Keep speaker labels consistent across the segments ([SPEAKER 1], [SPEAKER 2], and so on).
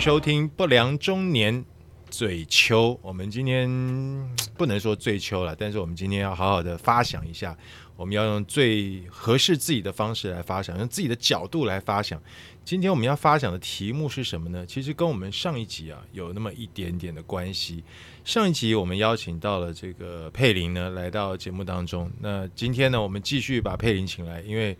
[SPEAKER 1] 收听《不良中年嘴秋》。我们今天嗯不能说最秋了，但是我们今天要好好的发想一下，我们要用最合适自己的方式来发想，用自己的角度来发想。今天我们要发想的题目是什么呢？其实跟我们上一集啊有那么一点点的关系。上一集我们邀请到了这个佩林呢来到节目当中，那今天呢我们继续把佩林请来，因为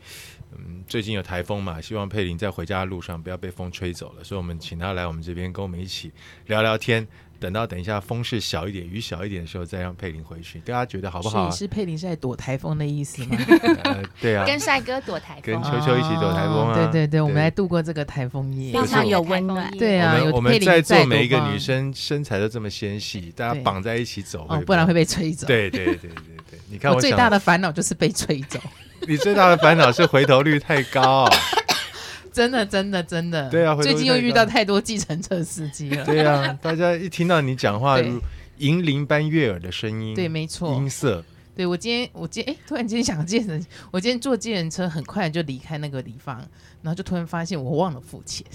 [SPEAKER 1] 嗯，最近有台风嘛，希望佩林在回家的路上不要被风吹走了，所以我们请他来我们这边跟我们一起聊聊天。等到等一下风势小一点、雨小一点的时候，再让佩林回去，大家觉得好不好、啊
[SPEAKER 2] 所以？是佩林是在躲台风的意思 吗？
[SPEAKER 1] 呃对啊，
[SPEAKER 3] 跟帅哥躲台
[SPEAKER 1] 跟
[SPEAKER 3] 风，
[SPEAKER 1] 秋秋一起躲台风啊
[SPEAKER 2] 哦对对
[SPEAKER 1] 对
[SPEAKER 2] 对，我们来度过这个台风夜。
[SPEAKER 1] 可
[SPEAKER 3] 非
[SPEAKER 1] 是我
[SPEAKER 3] 常有温暖。
[SPEAKER 2] 对
[SPEAKER 1] 我
[SPEAKER 2] 啊
[SPEAKER 1] 们
[SPEAKER 2] 有
[SPEAKER 1] 我们
[SPEAKER 2] 佩林
[SPEAKER 1] 在座
[SPEAKER 2] 在
[SPEAKER 1] 每一个
[SPEAKER 2] 多棒
[SPEAKER 1] 女生身材都这么纤细，大家
[SPEAKER 2] 对
[SPEAKER 1] 绑在一起走
[SPEAKER 2] 哦，不然会
[SPEAKER 1] 被
[SPEAKER 2] 被吹走。，
[SPEAKER 1] 对对对对对，你看
[SPEAKER 2] 我最
[SPEAKER 1] 想
[SPEAKER 2] 大的烦恼就是被吹走，
[SPEAKER 1] 你最大的烦恼是回头率太高、啊
[SPEAKER 2] 真的真的真的。
[SPEAKER 1] 对啊回头
[SPEAKER 2] 最近又
[SPEAKER 1] 再
[SPEAKER 2] 遇
[SPEAKER 1] 看
[SPEAKER 2] 到太多计程车司机了。
[SPEAKER 1] 对啊，大家一听到你讲话，
[SPEAKER 2] 对
[SPEAKER 1] 如银铃般悦耳的声音，
[SPEAKER 2] 对，没错
[SPEAKER 1] 音。色，
[SPEAKER 2] 对我今天，我今天哎，突然间想计程，我今天坐计程车，很快就离开那个地方，然后就突然发现我忘了付钱。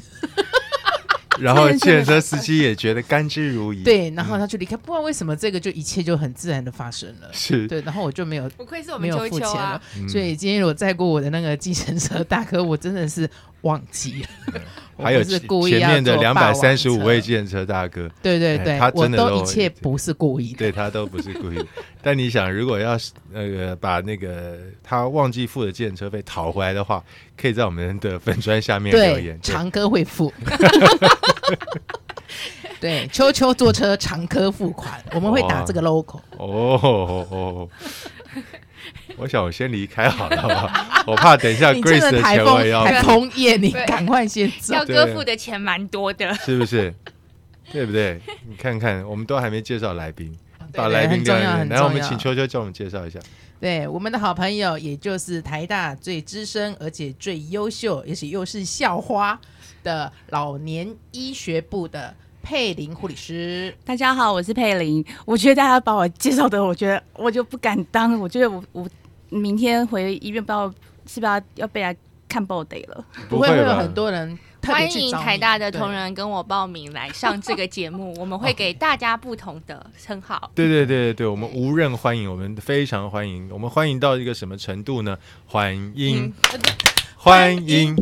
[SPEAKER 1] 然后计程车司机也觉得甘之如饴。
[SPEAKER 2] 对，然后他就离开，不知道为什么这个就一切就很自然的发生了。
[SPEAKER 1] 是，
[SPEAKER 2] 对，然后我就没有
[SPEAKER 3] 不愧是我
[SPEAKER 2] 没
[SPEAKER 3] 们
[SPEAKER 2] 有
[SPEAKER 3] 秋
[SPEAKER 2] 付
[SPEAKER 3] 秋
[SPEAKER 2] 钱了
[SPEAKER 3] 啊，，
[SPEAKER 1] 嗯
[SPEAKER 2] 所以今天我载过我的那个计程车大哥，我真的是忘记了， 我
[SPEAKER 1] 嗯还有
[SPEAKER 2] 不是
[SPEAKER 1] 前
[SPEAKER 2] 故意
[SPEAKER 1] 前
[SPEAKER 2] 要
[SPEAKER 1] 面的
[SPEAKER 2] 坐
[SPEAKER 1] 两
[SPEAKER 2] 霸
[SPEAKER 1] 百
[SPEAKER 2] 王
[SPEAKER 1] 三十五
[SPEAKER 2] 车
[SPEAKER 1] 位计程车大哥，
[SPEAKER 2] 对对
[SPEAKER 1] 哎
[SPEAKER 2] 对，
[SPEAKER 1] 他
[SPEAKER 2] 我
[SPEAKER 1] 真的都
[SPEAKER 2] 一切不是故意的，
[SPEAKER 1] 对他都不是故意的。但你想，如果要是那个把那个他忘记付的计程车费讨回来的话，可以在我们的粉砖下面留言。对
[SPEAKER 2] 长哥 会付。对，秋秋坐车，长哥付款，我们会打这个 logo。
[SPEAKER 1] 哦哦哦，我想我先离开好了好不好，我怕等一下
[SPEAKER 2] 你这
[SPEAKER 1] Grace
[SPEAKER 2] 个
[SPEAKER 1] 的
[SPEAKER 2] 台
[SPEAKER 1] 钱我也
[SPEAKER 2] 风
[SPEAKER 1] 要
[SPEAKER 2] 台
[SPEAKER 1] 付，
[SPEAKER 2] 风夜，你
[SPEAKER 3] 对
[SPEAKER 2] 赶快先走。
[SPEAKER 3] 要哥付的钱蛮多的，
[SPEAKER 1] 是不是？对不对？你看看，我们都还没介绍来宾，把
[SPEAKER 2] 对
[SPEAKER 1] 来宾
[SPEAKER 2] 很重
[SPEAKER 1] 亮
[SPEAKER 2] 要
[SPEAKER 1] 一
[SPEAKER 2] 很
[SPEAKER 1] 亮来，我
[SPEAKER 2] 重
[SPEAKER 1] 们
[SPEAKER 2] 要
[SPEAKER 1] 请秋秋叫我们介绍一下。
[SPEAKER 2] 对，我们的好朋友，也就是台大最资深，而且最优秀，也许又是校花的老年医学部的佩林护理师。
[SPEAKER 4] 大家好，我是佩玲。我觉得大家把我介绍的，我觉得我就不敢当。我觉得我我明天回医院，不知道是不是要要被来看 b o d y 了。
[SPEAKER 1] 不
[SPEAKER 2] 会
[SPEAKER 1] 会
[SPEAKER 2] 有
[SPEAKER 1] 吧？
[SPEAKER 2] 很多人特别
[SPEAKER 3] 欢
[SPEAKER 2] 去
[SPEAKER 3] 迎
[SPEAKER 2] 找你
[SPEAKER 3] 台大的同。
[SPEAKER 2] 对
[SPEAKER 3] 仁跟我报名来上这个节目，我们会给大家不同的称号。
[SPEAKER 1] 对对对对对，我们无任欢迎，我们非常欢迎，我们欢迎到一个什么程度呢？欢
[SPEAKER 2] 嗯
[SPEAKER 1] 迎，欢迎，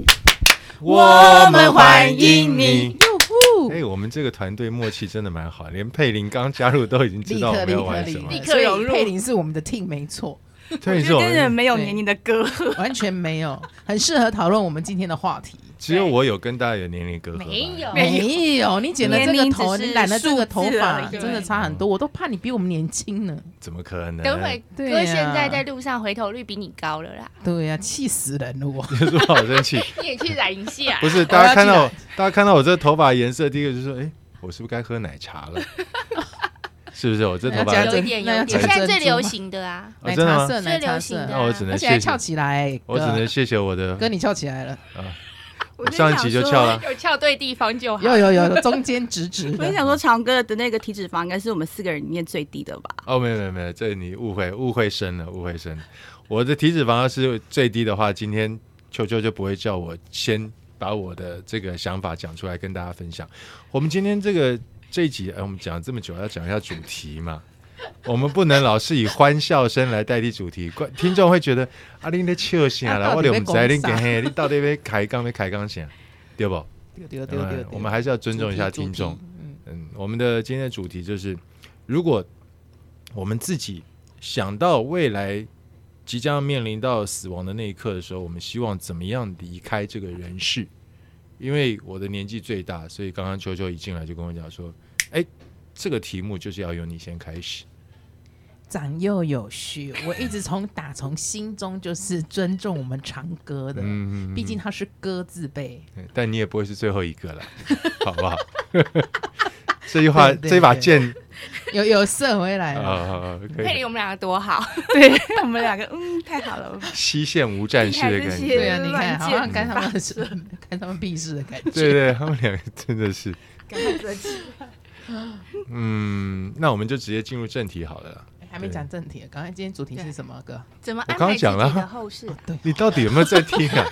[SPEAKER 2] 我们欢迎
[SPEAKER 1] 你。
[SPEAKER 2] 哟呼
[SPEAKER 1] 哎，我们这个团队默契真的蛮好，连佩林刚加入都已经知
[SPEAKER 2] 立
[SPEAKER 1] 道我
[SPEAKER 2] 刻
[SPEAKER 1] 们
[SPEAKER 2] 立
[SPEAKER 1] 要
[SPEAKER 2] 刻
[SPEAKER 1] 玩什么
[SPEAKER 2] 立刻，
[SPEAKER 1] 了。
[SPEAKER 3] 立刻
[SPEAKER 2] 所以
[SPEAKER 3] 融入
[SPEAKER 2] 佩林是我们的 team 没错，
[SPEAKER 1] 对，是
[SPEAKER 4] 就
[SPEAKER 1] 我
[SPEAKER 4] 跟人
[SPEAKER 1] 们
[SPEAKER 4] 没有年龄的歌，
[SPEAKER 2] 完全没有，很适合讨论我们今天的话题。
[SPEAKER 1] 只有我有跟大家有年龄隔阂吧，
[SPEAKER 3] 没有，
[SPEAKER 2] 没有，你剪了这个头，
[SPEAKER 4] 年龄只是
[SPEAKER 2] 你染了这个头发，
[SPEAKER 4] 数字而
[SPEAKER 2] 真
[SPEAKER 4] 已
[SPEAKER 2] 的差很多，我都怕你比我们年轻呢。
[SPEAKER 1] 怎么可 能？
[SPEAKER 3] 等会
[SPEAKER 2] 对
[SPEAKER 3] 哥
[SPEAKER 2] 啊
[SPEAKER 3] 现在在路上回头率比你高了啦，
[SPEAKER 2] 对呀，气死人了我。
[SPEAKER 1] 有什么好生 气？
[SPEAKER 3] 你也去染一 下
[SPEAKER 1] 不。是，大家看到
[SPEAKER 2] 我要
[SPEAKER 1] 我，大家看到我这头发颜色，第一个就说：“哎，我是不是该喝奶茶 了？”是不是我这头发
[SPEAKER 2] 那要加
[SPEAKER 3] 有一点，有
[SPEAKER 2] 那
[SPEAKER 3] 一
[SPEAKER 2] 要
[SPEAKER 3] 点，
[SPEAKER 2] 加
[SPEAKER 3] 现在最
[SPEAKER 2] 珍珠吗
[SPEAKER 3] 流行的啊，
[SPEAKER 1] 哦
[SPEAKER 2] 奶
[SPEAKER 1] 真的
[SPEAKER 2] 茶
[SPEAKER 1] 吗
[SPEAKER 2] 色，奶
[SPEAKER 3] 最
[SPEAKER 2] 茶
[SPEAKER 3] 流
[SPEAKER 2] 色
[SPEAKER 3] 行的，
[SPEAKER 1] 那我只能
[SPEAKER 2] 而且还
[SPEAKER 1] 谢谢
[SPEAKER 2] 翘，起来，
[SPEAKER 1] 我只
[SPEAKER 2] 哥
[SPEAKER 1] 能谢谢我的
[SPEAKER 2] 哥你翘起来了，
[SPEAKER 4] 我就
[SPEAKER 1] 上一集就
[SPEAKER 4] 想说
[SPEAKER 1] 翘了。
[SPEAKER 3] 有翘对地方就好。
[SPEAKER 2] 有有有，中间直直
[SPEAKER 4] 我就
[SPEAKER 2] 的。
[SPEAKER 4] 想说，长哥的那个体脂肪应该是我们四个人里面最低的吧？
[SPEAKER 1] 哦，没有没有没有，这你误会误会深了，误会深了。我的体脂肪要是最低的话，今天秋秋就不会叫我先把我的这个想法讲出来跟大家分享。我们今天这个这一集，哎，我们讲了这么久，要讲一下主题 嘛。我们不能老是以欢笑声来代替主题，观听众会觉得啊，你在笑啥啦？
[SPEAKER 2] 啊
[SPEAKER 1] 我
[SPEAKER 2] 到
[SPEAKER 1] 哋
[SPEAKER 2] 底
[SPEAKER 1] 唔
[SPEAKER 2] 在
[SPEAKER 1] 知道你
[SPEAKER 2] 讲啥
[SPEAKER 1] 嘿，你到底要开杠没开杠啥，对 不？嗯
[SPEAKER 2] 丢丢丢丢，
[SPEAKER 1] 我们还是要尊重一下听众
[SPEAKER 2] 主。题。嗯，
[SPEAKER 1] 嗯，我们的今天的主题就是，如果我们自己想到未来即将面临到死亡的那一刻的时候，我们希望怎么样离开这个人世？因为我的年纪最大，所以刚刚球球一进来就跟我讲说：“哎，这个题目就是要由你先开始。
[SPEAKER 2] 长幼有序，我一直从打从心中就是尊重我们长哥”的，
[SPEAKER 1] 嗯，
[SPEAKER 2] 毕竟他是哥字辈。
[SPEAKER 1] 但你也不会是最后一个 了，好不好？这句话，
[SPEAKER 2] 对哎对
[SPEAKER 1] 这把
[SPEAKER 2] 对
[SPEAKER 1] 剑
[SPEAKER 2] 有有射回来
[SPEAKER 1] 啊、
[SPEAKER 2] 了。
[SPEAKER 1] 可
[SPEAKER 3] 佩
[SPEAKER 1] 以
[SPEAKER 3] 林，我们两个多好，
[SPEAKER 4] 对 我们两个，嗯，太好了。
[SPEAKER 1] 西线无战事的感觉。
[SPEAKER 2] 对啊，你看，
[SPEAKER 4] 乱
[SPEAKER 2] 好
[SPEAKER 4] 箭
[SPEAKER 2] 像干他们的事，干他们屁事的感觉。
[SPEAKER 1] 对对，他们两个真的是。
[SPEAKER 4] 赶快折起
[SPEAKER 1] 嗯，那我们就直接进入正题好了啦。
[SPEAKER 2] 还没讲正题，刚才今天主题是什么歌？
[SPEAKER 3] 怎么
[SPEAKER 1] 我刚
[SPEAKER 3] 安排
[SPEAKER 1] 刚
[SPEAKER 3] 自己
[SPEAKER 1] 讲了
[SPEAKER 3] 的后事啊？
[SPEAKER 2] 对，
[SPEAKER 1] 你到底有没有在听啊？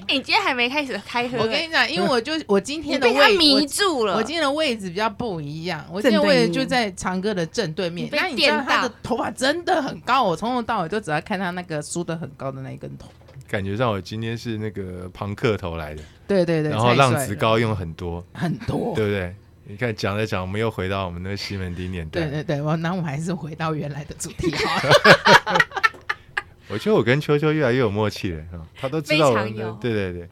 [SPEAKER 3] 哎，你今天还没开始开喝，
[SPEAKER 2] 我跟
[SPEAKER 3] 哎
[SPEAKER 2] 你讲，因为我就我今
[SPEAKER 3] 你
[SPEAKER 2] 天的
[SPEAKER 3] 被他
[SPEAKER 2] 位
[SPEAKER 3] 迷
[SPEAKER 2] 我
[SPEAKER 3] 住了。
[SPEAKER 2] 我今天的位置比较不一样，我今天的位置就在长哥的正对面
[SPEAKER 3] 你。被
[SPEAKER 2] 那你知道
[SPEAKER 3] 电
[SPEAKER 2] 他
[SPEAKER 3] 到
[SPEAKER 2] 的头发真的很高，我从头到尾就只要看他那个梳的很高的那一根头。
[SPEAKER 1] 感觉上我今天是那个庞克头来的，
[SPEAKER 2] 对对对，
[SPEAKER 1] 然后
[SPEAKER 2] 太帅
[SPEAKER 1] 浪
[SPEAKER 2] 了
[SPEAKER 1] 子高用很多，
[SPEAKER 2] 很多。
[SPEAKER 1] 对不对？你看讲着讲，我们又回到我们那个西门町年代。
[SPEAKER 2] 对对对，我那我们还是回到原来的主 题好了。
[SPEAKER 1] 我觉得我跟秋秋越来越有默契了，啊他都知道我们
[SPEAKER 3] 非常
[SPEAKER 1] 的
[SPEAKER 3] 有。
[SPEAKER 1] 对对对，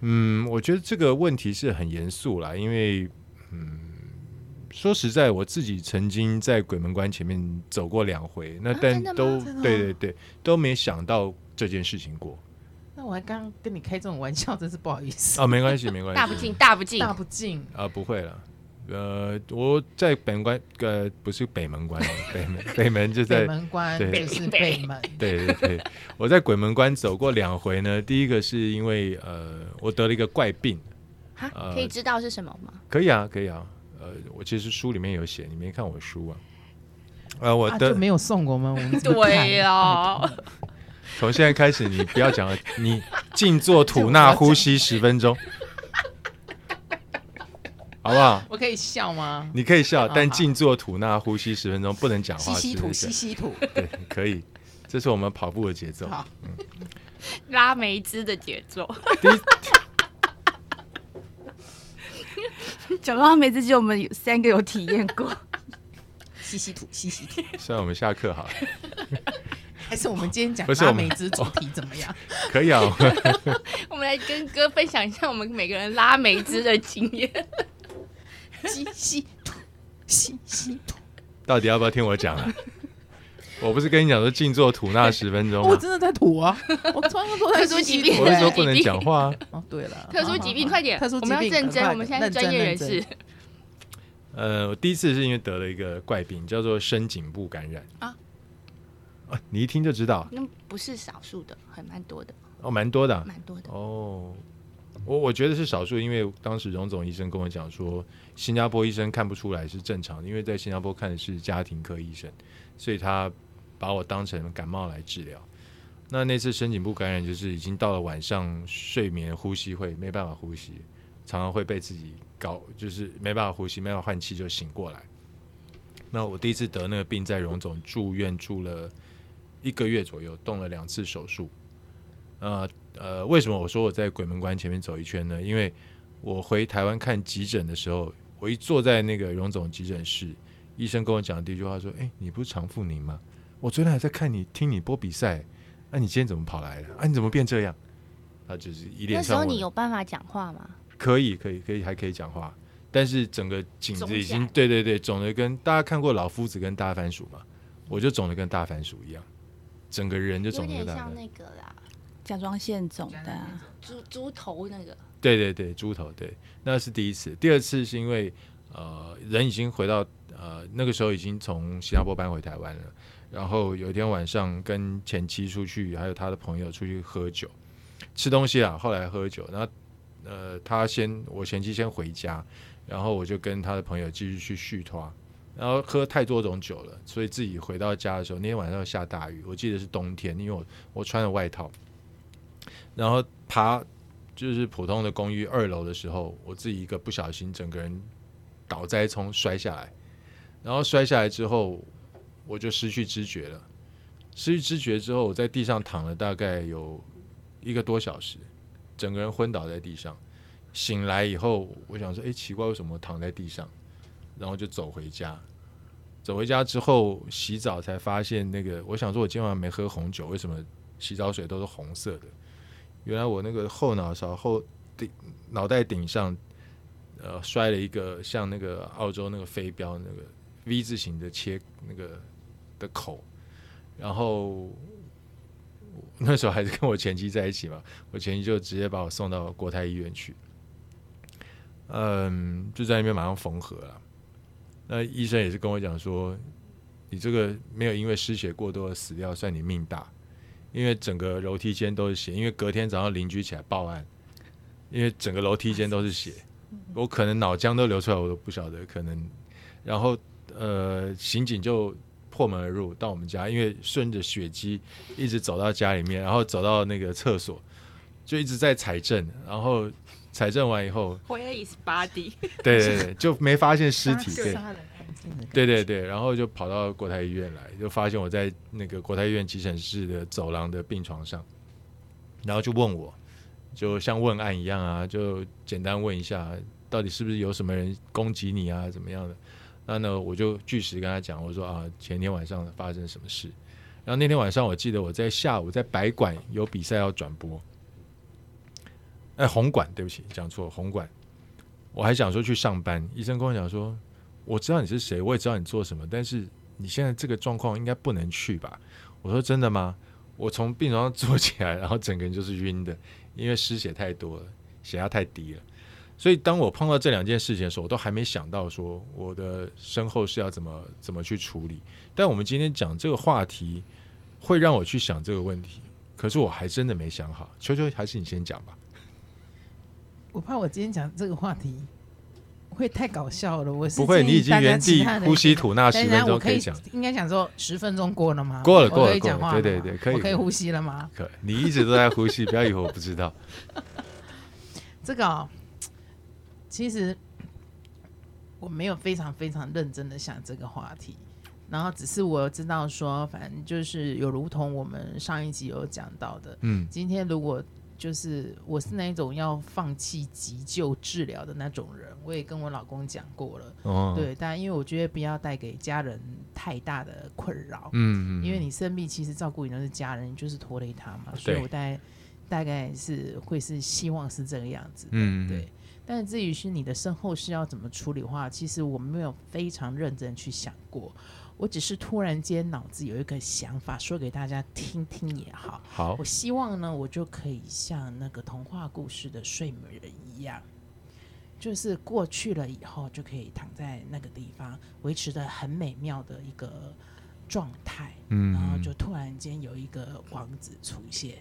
[SPEAKER 1] 嗯，我觉得这个问题是很严肃啦，因为嗯，说实在，我自己曾经在鬼门关前面走过两回，那
[SPEAKER 3] 啊
[SPEAKER 1] 但
[SPEAKER 3] 真的吗
[SPEAKER 1] 都、
[SPEAKER 2] 真的吗
[SPEAKER 1] 对对对都没想到这件事情过
[SPEAKER 2] 那我还刚跟你开这种玩笑，真是不好意思，
[SPEAKER 1] 啊，没关 系没关系，
[SPEAKER 3] 大不敬，大不敬
[SPEAKER 2] 大，不敬。
[SPEAKER 1] 啊，不会了。呃，我在北门关，呃，不是北门关， 北门北门就在
[SPEAKER 2] 北门关
[SPEAKER 1] 对
[SPEAKER 2] 就是北门，
[SPEAKER 1] 对对对，我在鬼门关走过两回呢。第一个是因为呃，我得了一个怪病，
[SPEAKER 3] 哈
[SPEAKER 1] 呃
[SPEAKER 3] 可以知道是什么吗？
[SPEAKER 1] 可以啊，可以啊。呃，我其实书里面有写，你没看我书啊？呃，我
[SPEAKER 2] 啊
[SPEAKER 1] 得、
[SPEAKER 2] 就没有送我们，我们
[SPEAKER 3] 对
[SPEAKER 2] 呀
[SPEAKER 3] 哦，
[SPEAKER 1] 从现在开始，你不要讲 了，你静坐吐纳呼吸十分钟，好不好？
[SPEAKER 2] 我可以笑吗？
[SPEAKER 1] 你可以笑，
[SPEAKER 2] 好
[SPEAKER 1] 但
[SPEAKER 2] 啊好
[SPEAKER 1] 静坐吐纳呼吸十分钟，不能讲
[SPEAKER 2] 吸
[SPEAKER 1] 话。
[SPEAKER 2] 吸
[SPEAKER 1] 是不
[SPEAKER 2] 吐，
[SPEAKER 1] 是
[SPEAKER 2] 吸吸吐。
[SPEAKER 1] 对，可以。这是我们跑步的节奏。
[SPEAKER 2] 好，
[SPEAKER 3] 拉梅兹的节奏，
[SPEAKER 1] 第一
[SPEAKER 4] 讲到梅子鸡，我们有三个有体验过，
[SPEAKER 2] 吸吸吐，吸吸吐。
[SPEAKER 1] 虽然我们下课好了，
[SPEAKER 2] 还是我们今天讲
[SPEAKER 1] 不是
[SPEAKER 2] 拉
[SPEAKER 1] 我们
[SPEAKER 2] 美之主题怎么样？
[SPEAKER 1] 可以啊。我 们
[SPEAKER 3] 我们来跟哥分享一下我们每个人拉梅兹的经 验。
[SPEAKER 2] 吸吸吐，吸吸吐。
[SPEAKER 1] 到底要不要听我讲啊？我不是跟你讲说静坐吐纳十分钟
[SPEAKER 2] 我
[SPEAKER 1] 吗？
[SPEAKER 2] 真的在吐 啊！我突然都在
[SPEAKER 3] 特殊疾
[SPEAKER 2] 吸
[SPEAKER 3] 病
[SPEAKER 2] 吐
[SPEAKER 1] 我是说不能讲话啊。
[SPEAKER 2] 哦，对了，
[SPEAKER 3] 特殊疾病，快点，
[SPEAKER 2] 特殊疾
[SPEAKER 3] 我
[SPEAKER 2] 病，
[SPEAKER 3] 们要认真，
[SPEAKER 2] 快
[SPEAKER 3] 我们现在是专业人。
[SPEAKER 2] 认真
[SPEAKER 3] 士
[SPEAKER 2] 认真
[SPEAKER 1] 呃，我第一次是因为得了一个怪病，叫做深颈部感染
[SPEAKER 3] 啊
[SPEAKER 1] 啊你一听就知道，
[SPEAKER 3] 那不是少数的，很蛮多的，
[SPEAKER 1] 哦，蛮多的啊、
[SPEAKER 3] 蛮多的。
[SPEAKER 1] 哦。我我觉得是少数，因为当时荣总医生跟我讲说，新加坡医生看不出来是正常的，因为在新加坡看的是家庭科医生，所以他把我当成感冒来治疗。那那次深颈部感染就是已经到了晚上，睡眠呼吸会没办法呼吸，常常会被自己搞，就是没办法呼吸，没办法换气就醒过来。那我第一次得那个病，在荣总住院住了一个月左右，动了两次手术。呃呃，为什么我说我在鬼门关前面走一圈呢？因为我回台湾看急诊的时候，我一坐在那个荣总急诊室，医生跟我讲的第一句话说：“哎、你不是常富宁吗？我昨天还在看你听你播比赛，那、你今天怎么跑来了？啊，你怎么变这样？”他就是一
[SPEAKER 3] 那
[SPEAKER 1] 脸
[SPEAKER 3] 时
[SPEAKER 1] 上
[SPEAKER 3] 候
[SPEAKER 1] 我
[SPEAKER 3] 你有办法讲话吗？
[SPEAKER 1] 可以，可以，可以，还可以讲话，但是整个颈
[SPEAKER 3] 肿
[SPEAKER 1] 子已
[SPEAKER 3] 起
[SPEAKER 1] 经
[SPEAKER 3] 来
[SPEAKER 1] 对对对肿的跟大家看过老夫子跟大番薯嘛，我就肿的跟大番薯一样，整个人就
[SPEAKER 3] 有
[SPEAKER 1] 肿的
[SPEAKER 3] 点
[SPEAKER 1] 跟大番
[SPEAKER 3] 像
[SPEAKER 1] 薯。
[SPEAKER 3] 那个啦，
[SPEAKER 4] 甲状腺肿的啊、
[SPEAKER 3] 猪猪头那个。
[SPEAKER 1] 对对对，猪头对，那是第一次。第二次是因为呃，人已经回到呃那个时候已经从新加坡搬回台湾了，然后有一天晚上跟前妻出去，还有他的朋友出去喝酒，吃东西啊，后来喝酒，然后呃他先我前妻先回家，然后我就跟他的朋友继续去续拖。然后喝太多种酒了，所以自己回到家的时候，那天晚上下大雨，我记得是冬天，因为我我穿了外套，然后爬就是普通的公寓二楼的时候，我自己一个不小心，整个人倒栽葱摔下来，然后摔下来之后，我就失去知觉了。失去知觉之后，我在地上躺了大概有一个多小时，整个人昏倒在地上。醒来以后，我想说，诶，奇怪，为什么我躺在地上？然后就走回家。走回家之后洗澡，才发现那个，我想说，我今晚没喝红酒，为什么洗澡水都是红色的？原来我那个后脑勺后顶脑袋顶上，呃，摔了一个像那个澳洲那个飞镖那个 V 字形的切那个的口，然后那时候还是跟我前妻在一起嘛，我前妻就直接把我送到国泰医院去，嗯，就在那边马上缝合啊了。那医生也是跟我讲说，你这个没有因为失血过多而死掉，算你命大。因为整个楼梯间都是血，因为隔天早上邻居起来报案，因为整个楼梯间都是 血，我可能脑浆都流出来，我都不晓得，可能，然后呃，刑警就破门而入到我们家，因为顺着血迹一直走到家里面，然后走到那个厕所，就一直在采证，然后采证完以后，
[SPEAKER 3] Where is body？啊
[SPEAKER 1] 对对 对，就没发现尸体，对
[SPEAKER 2] 杀人案件的感觉
[SPEAKER 1] 对对对，然后就跑到国泰医院来，就发现我在那个国泰医院急诊室的走廊的病床上，然后就问我，就像问案一样啊，就简单问一下，啊到底是不是有什么人攻击你啊，怎么样的？那呢，我就据实跟他讲，我说啊，前天晚上发生什么事。然后那天晚上，我记得我在下午在白馆有比赛要转播，哎，红馆，对不起，讲错，红馆。我还想说去上班，医生跟我讲说，我知道你是谁，我也知道你做什么，但是你现在这个状况应该不能去吧？我说真的吗？我从病床上坐起来， 然后整个人就是晕的，因为失血太多了，血压太低了。所以当我碰到这两件事情的时候，我都还没想到说我的身后是要怎么怎么去处理。但我们今天讲这个话题，会让我去想这个问题。可是我还真的没想好，秋秋还是你先讲吧。
[SPEAKER 2] 我怕我今天讲这个话题会太搞笑了。我是
[SPEAKER 1] 不会，
[SPEAKER 2] 建
[SPEAKER 1] 你
[SPEAKER 2] 议
[SPEAKER 1] 已经
[SPEAKER 2] 大家
[SPEAKER 1] 原
[SPEAKER 2] 其
[SPEAKER 1] 地
[SPEAKER 2] 他人
[SPEAKER 1] 呼吸吐纳十
[SPEAKER 2] 但是
[SPEAKER 1] 分
[SPEAKER 2] 我
[SPEAKER 1] 钟，
[SPEAKER 2] 可
[SPEAKER 1] 可以
[SPEAKER 2] 以
[SPEAKER 1] 讲。
[SPEAKER 2] 应该讲说十分钟过了吗？
[SPEAKER 1] 过了
[SPEAKER 2] 我
[SPEAKER 1] 过了
[SPEAKER 2] 可以
[SPEAKER 1] 过了
[SPEAKER 2] 讲话
[SPEAKER 1] 对
[SPEAKER 2] 了
[SPEAKER 1] 对对
[SPEAKER 2] 吗
[SPEAKER 1] 可以
[SPEAKER 2] 我可以呼吸了吗？
[SPEAKER 1] 可你一直都在呼吸，不要以为我不知道。
[SPEAKER 2] 这个哦、其实我没有非常非常认真的想这个话题，然后只是我知道说，反正就是有如同我们上一集有讲到的，
[SPEAKER 1] 嗯
[SPEAKER 2] 今天如果就是我是那一种要放弃急救治疗的那种人，我也跟我老公讲过了，
[SPEAKER 1] 哦，
[SPEAKER 2] 对，但因为我觉得不要带给家人太大的困扰，
[SPEAKER 1] 嗯，嗯，
[SPEAKER 2] 因为你生病，其实照顾你都是家人，你就是拖累他嘛，所以
[SPEAKER 1] 对
[SPEAKER 2] 我大概大概是会是希望是这个样子的，
[SPEAKER 1] 嗯嗯
[SPEAKER 2] 对。但至于是你的身后事要怎么处理的话，其实我没有非常认真去想过，我只是突然间脑子有一个想法，说给大家听听也好。
[SPEAKER 1] 嗯好
[SPEAKER 2] 我，希望呢，我就可以像那个童话故事的睡美人一样，就是过去了以后就可以躺在那个地方，维持的很美妙的一个状态。
[SPEAKER 1] 嗯
[SPEAKER 2] 然后就突然间有一个王子出现，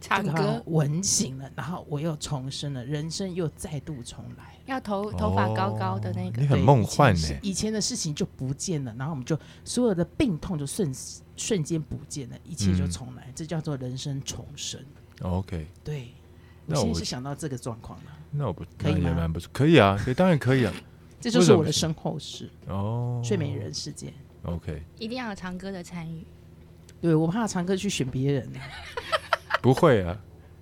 [SPEAKER 3] 唱
[SPEAKER 2] 就把我
[SPEAKER 3] 歌
[SPEAKER 2] 吻醒了，然后我又重生了，人生又再度重来。
[SPEAKER 3] 要头头发高高的那
[SPEAKER 1] 哦
[SPEAKER 3] 个，
[SPEAKER 1] 你很
[SPEAKER 2] 对
[SPEAKER 1] 梦幻
[SPEAKER 2] 以
[SPEAKER 1] 呢
[SPEAKER 2] 前的事。以前的事情就不见了，然后我们就所有的病痛就瞬瞬间不见了，一切就
[SPEAKER 1] 嗯
[SPEAKER 2] 重来，这叫做人生重生。
[SPEAKER 1] OK，
[SPEAKER 2] 对，我
[SPEAKER 1] 那
[SPEAKER 2] 现在
[SPEAKER 1] 我
[SPEAKER 2] 是想到这个状况了，
[SPEAKER 1] 那我不
[SPEAKER 2] 可以
[SPEAKER 1] 那也
[SPEAKER 2] 吗
[SPEAKER 1] 蛮不错，可以啊，可以，当然可以啊。
[SPEAKER 2] 这就
[SPEAKER 1] 为
[SPEAKER 2] 是
[SPEAKER 1] 什么
[SPEAKER 2] 我的身后事，
[SPEAKER 1] 哦，
[SPEAKER 2] 睡美人事件。
[SPEAKER 1] OK，
[SPEAKER 3] 一定要有长歌的参与。
[SPEAKER 2] 对我怕长哥去选别人啊，
[SPEAKER 1] 不会啊，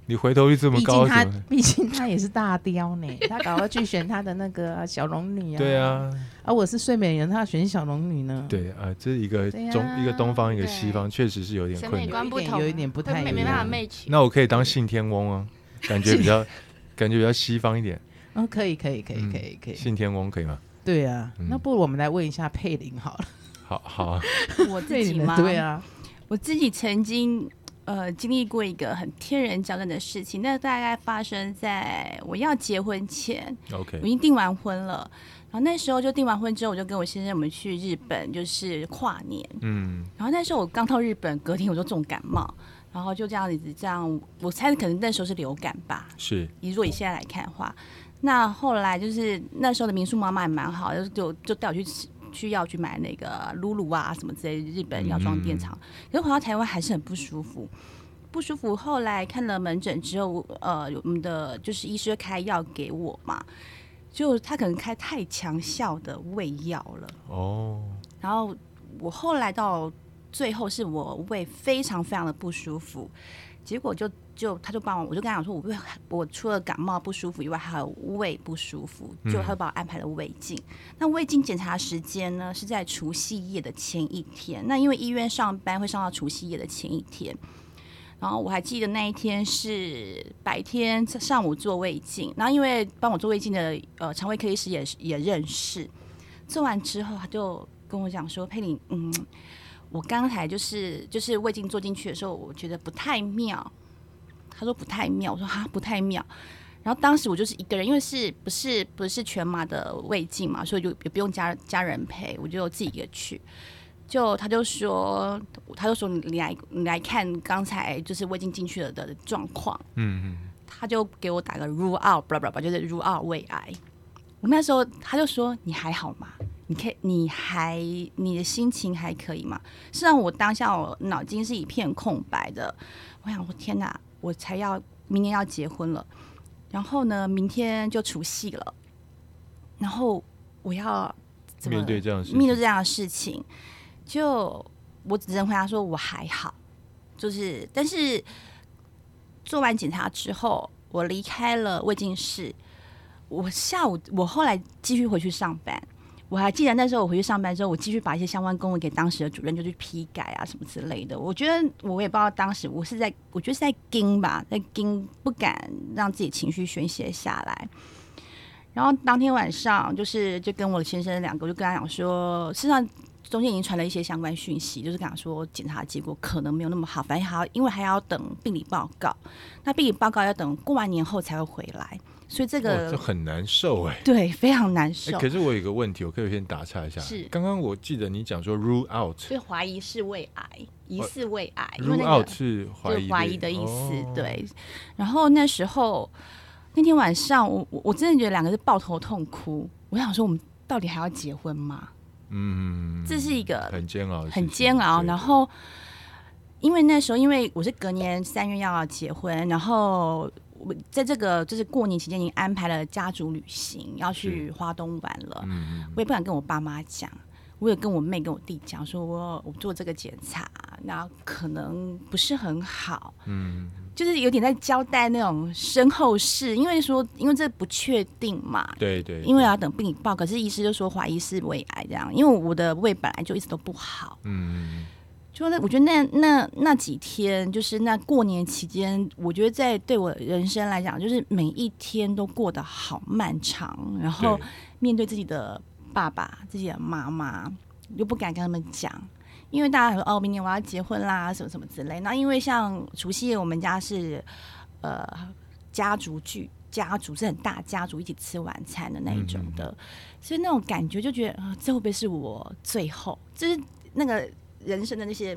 [SPEAKER 1] 你回头率这么
[SPEAKER 2] 毕
[SPEAKER 1] 高，
[SPEAKER 2] 竟他
[SPEAKER 1] 怎么？
[SPEAKER 2] 毕竟他也是大雕呢，他搞要去选他的那个小龙女啊。
[SPEAKER 1] 对，啊，
[SPEAKER 2] 而我是睡美人，他要选小龙女呢。，
[SPEAKER 1] 对啊，这一个
[SPEAKER 2] 对
[SPEAKER 1] 中
[SPEAKER 2] 啊
[SPEAKER 1] 一个东方一个
[SPEAKER 3] 对
[SPEAKER 1] 西方，确实是有点
[SPEAKER 3] 审
[SPEAKER 1] 困
[SPEAKER 3] 美
[SPEAKER 1] 难。
[SPEAKER 3] 观不同啊，
[SPEAKER 2] 有一点不太
[SPEAKER 3] 会没
[SPEAKER 2] 一
[SPEAKER 3] 没
[SPEAKER 2] 样
[SPEAKER 3] 办法 match。
[SPEAKER 1] 那我可以当信天翁啊，感觉比较感觉比较西方一点。
[SPEAKER 2] 嗯，可以，可以，可以，可以，可以。
[SPEAKER 1] 信天翁可以吗？
[SPEAKER 2] 对啊，
[SPEAKER 1] 嗯
[SPEAKER 2] 那不如我们来问一下佩林好了。
[SPEAKER 1] 好好啊，
[SPEAKER 4] 我自
[SPEAKER 2] 佩
[SPEAKER 4] 己
[SPEAKER 2] 林呢
[SPEAKER 4] 吗？
[SPEAKER 2] 对，啊，
[SPEAKER 4] 我自己曾经呃经历过一个很天人交战的事情，那大概发生在我要结婚前，
[SPEAKER 1] OK，
[SPEAKER 4] 我已经订完婚了。然后那时候就订完婚之后，我就跟我先生我们去日本，就是跨年。
[SPEAKER 1] 嗯
[SPEAKER 4] 然后那时候我刚到日本，隔天我就重感冒，然后就这样子这样，我猜可能那时候是流感吧，
[SPEAKER 1] 是，
[SPEAKER 4] 以如果以现在来看的话，那后来就是那时候的民宿妈妈也蛮好，就是就就带我去吃去药去买那个露露啊什么之类的日本药妆店厂。可是回到台湾还是很不舒服，不舒服。后来看了门诊之后，呃，我们的就是医师就开药给我嘛，就他可能开太强效的胃药了。
[SPEAKER 1] 哦，
[SPEAKER 4] 然后我后来到最后是我胃非常非常的不舒服，结果就就他就帮我，我就跟他讲说，我胃我除了感冒不舒服以外，还有胃不舒服，就他就帮我安排了胃镜。那胃镜检查时间呢是在除夕夜的前一天，那因为医院上班会上到除夕夜的前一天。然后我还记得那一天是白天上午做胃镜，然后因为帮我做胃镜的呃肠胃科医师也是也认识，做完之后，他就跟我讲说：“佩玲，嗯，我刚才就是就是胃镜做进去的时候，我觉得不太妙。”他说：“不太妙。”我说：“哈，不太妙。”然后当时我就是一个人，因为是不是不是全麻的胃镜嘛，所以就也不用家家人陪，我就自己一个去。就他就说，他就说你来你来看刚才就是胃镜进去了的状况。
[SPEAKER 1] 嗯嗯，
[SPEAKER 4] 他就给我打个 rule out，blah blah blah，就是 rule out 胃癌。我那时候他就说：“你还好吗？你可以，你还你的心情还可以吗？”事实际上，我当下我脑筋是一片空白的。我想，我天哪，我才要明年要结婚了，然后呢，明天就除夕了，然后我要怎么
[SPEAKER 1] 面对这样的事情
[SPEAKER 4] 面对这样的事情，就我只能回答说我还好，就是但是做完检查之后，我离开了胃镜室，我下午我后来继续回去上班。我还记得那时候我回去上班之后，我继续把一些相关公文给当时的主任，就去批改啊什么之类的。我觉得我也不知道当时我是在，我觉得是在盯吧，在盯，不敢让自己情绪宣泄下来。然后当天晚上，就是就跟我的先生两个，我就跟他讲说，事实上中间已经传了一些相关讯息，就是跟他说检查结果可能没有那么好，反正还要因为还要等病理报告，那病理报告要等过完年后才会回来，所以这
[SPEAKER 1] 哦
[SPEAKER 4] 个、
[SPEAKER 1] 这很难受哎、
[SPEAKER 4] 对非常 难
[SPEAKER 1] 哎
[SPEAKER 4] 受。
[SPEAKER 1] 可是我有一个问题，我可以先打岔一下。
[SPEAKER 4] 是
[SPEAKER 1] 刚刚我记得你讲说 rule out，
[SPEAKER 4] 所以怀疑是胃癌，疑似胃癌，因
[SPEAKER 1] rule
[SPEAKER 4] 为那
[SPEAKER 1] out
[SPEAKER 4] 个
[SPEAKER 1] 是怀疑
[SPEAKER 4] 就怀疑的意思，
[SPEAKER 1] 哦
[SPEAKER 4] 对。然后那时候那天晚上，我我我真的觉得两个是抱头痛哭，我想说我们到底还要结婚吗？
[SPEAKER 1] 嗯，
[SPEAKER 4] 这是一个
[SPEAKER 1] 很煎熬的事情，
[SPEAKER 4] 很煎熬。
[SPEAKER 1] 对
[SPEAKER 4] 然后因为那时候，因为我是隔年三月要结婚，然后我在这个就是过年期间已经安排了家族旅行，要去花东玩
[SPEAKER 1] 嗯
[SPEAKER 4] 了。我也不敢跟我爸妈讲。我也跟我妹跟我弟讲，说我我做这个检查，那可能不是很好，
[SPEAKER 1] 嗯，
[SPEAKER 4] 就是有点在交代那种身后事，因为说因为这不确定嘛，
[SPEAKER 1] 对对，
[SPEAKER 4] 因为
[SPEAKER 1] 对
[SPEAKER 4] 要等病理报告，可是医师就说怀疑是胃癌这样，因为我的胃本来就一直都不好，
[SPEAKER 1] 嗯，
[SPEAKER 4] 就那我觉得那那那几天，就是那过年期间，我觉得在对我人生来讲，就是每一天都过得好漫长，然后
[SPEAKER 1] 嗯对
[SPEAKER 4] 面对自己的爸爸、自己的妈妈，又不敢跟他们讲。因为大家说哦，明年我要结婚啦，什么什么之类。那因为像除夕夜，我们家是呃家族聚，家族是很大家族一起吃晚餐的那一种的，所以那种感觉就觉得啊、这会不会是我最后？就是那个人生的那些，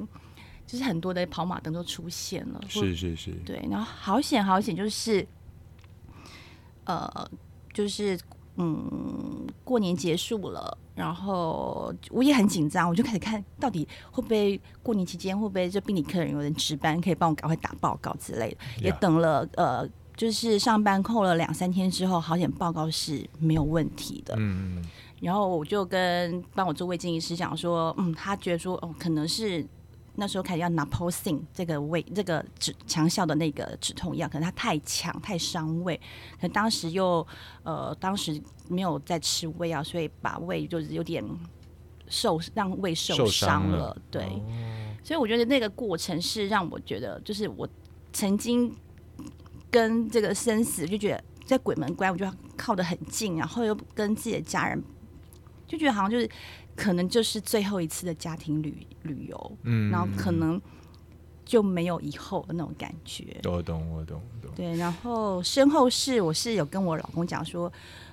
[SPEAKER 4] 就是很多的跑马灯都出现了，或
[SPEAKER 1] 是是是，
[SPEAKER 4] 对，然后好险好险，就是呃，就是嗯，过年结束了，然后我也很紧张，我就开始看到底会不会过年期间会不会这病理科人有人值班，可以帮我赶快打报告之类的。也
[SPEAKER 1] Yeah
[SPEAKER 4] 等了呃，就是上班扣了两三天之后，好险报告是没有问题的。
[SPEAKER 1] 嗯，嗯
[SPEAKER 4] 然后我就跟帮我做胃镜医师讲说，嗯，他觉得说，哦，可能是那时候开始要拿 p o s i n 这个胃这个止强效的那个止痛药，可能它太强太伤胃，可能当时又呃当时没有在吃胃药，所以把胃就是有点受让胃受
[SPEAKER 1] 受
[SPEAKER 4] 伤
[SPEAKER 1] 伤
[SPEAKER 4] 了，哦
[SPEAKER 1] 了
[SPEAKER 4] 对，
[SPEAKER 1] 嗯
[SPEAKER 4] 所以我觉得那个过程是让我觉得，就是我曾经跟这个生死就觉得在鬼门关，我就靠得很近，然后又跟自己的家人，就觉得好像就是可能就是最后一次的家庭旅旅游，
[SPEAKER 1] 嗯嗯
[SPEAKER 4] 然后可能就没有以后的那种感觉。
[SPEAKER 1] 我懂我懂我懂，
[SPEAKER 4] 对，然后身后事我是有跟我老公讲说，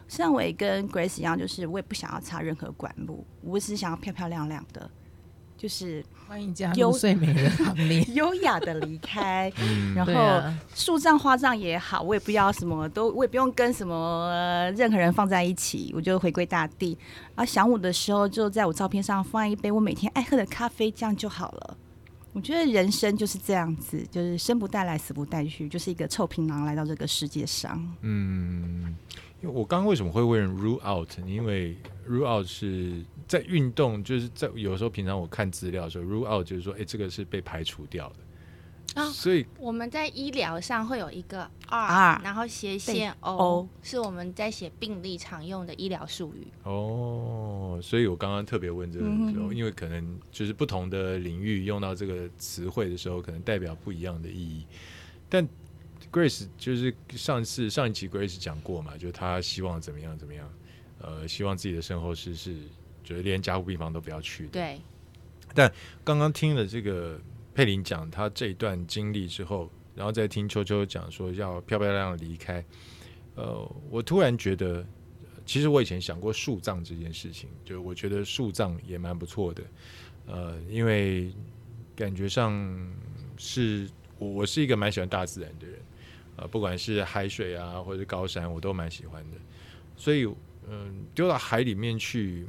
[SPEAKER 4] 实际上我也跟 Grace 一样，就是我也不想要擦任何管路，我只是想要漂漂亮亮的，就是
[SPEAKER 2] 欢迎加入
[SPEAKER 4] 优。
[SPEAKER 2] 睡美人行列
[SPEAKER 4] 优雅的离开，
[SPEAKER 1] 嗯
[SPEAKER 4] 然
[SPEAKER 2] 对
[SPEAKER 4] 后
[SPEAKER 2] 啊，
[SPEAKER 4] 树葬花葬也好，我也不要什么都，我也不用跟什么、呃任何人放在一起，我就回归大地。然后想我的时候，就在我照片上放一杯我每天爱喝的咖啡，这样就好了。我觉得人生就是这样子，就是生不带来，死不带去，就是一个臭皮囊来到这个世界上。
[SPEAKER 1] 嗯，因为我刚刚为什么会问 rule out？因为 rule out 是在运动，就是在有时候平常我看资料的时候，rule out 就是说，哎，这个是被排除掉的。
[SPEAKER 3] 啊
[SPEAKER 1] 所以
[SPEAKER 3] 我们在医疗上会有一个 R，,
[SPEAKER 4] R
[SPEAKER 3] 然后斜线 O，,
[SPEAKER 4] O
[SPEAKER 3] 是我们在写病历常用的医疗术语。
[SPEAKER 1] 哦，所以我刚刚特别问这个时候，因为可能就是不同的领域用到这个词汇的时候，可能代表不一样的意义。但 Grace 就是上次上一集 Grace 讲过嘛，就是她希望怎么样怎么样，呃，希望自己的身后事是就是连加护病房都不要去的。
[SPEAKER 3] 对，
[SPEAKER 1] 刚刚听了这个佩林讲她这一段经历之后，然后再听秋秋讲说要漂漂亮亮地离开，呃，我突然觉得，呃其实我以前想过树葬这件事情，就我觉得树葬也蛮不错的，呃，因为感觉上是我我是一个蛮喜欢大自然的人，呃，不管是海水啊或者是高山，我都蛮喜欢的，所以嗯、丢到海里面去，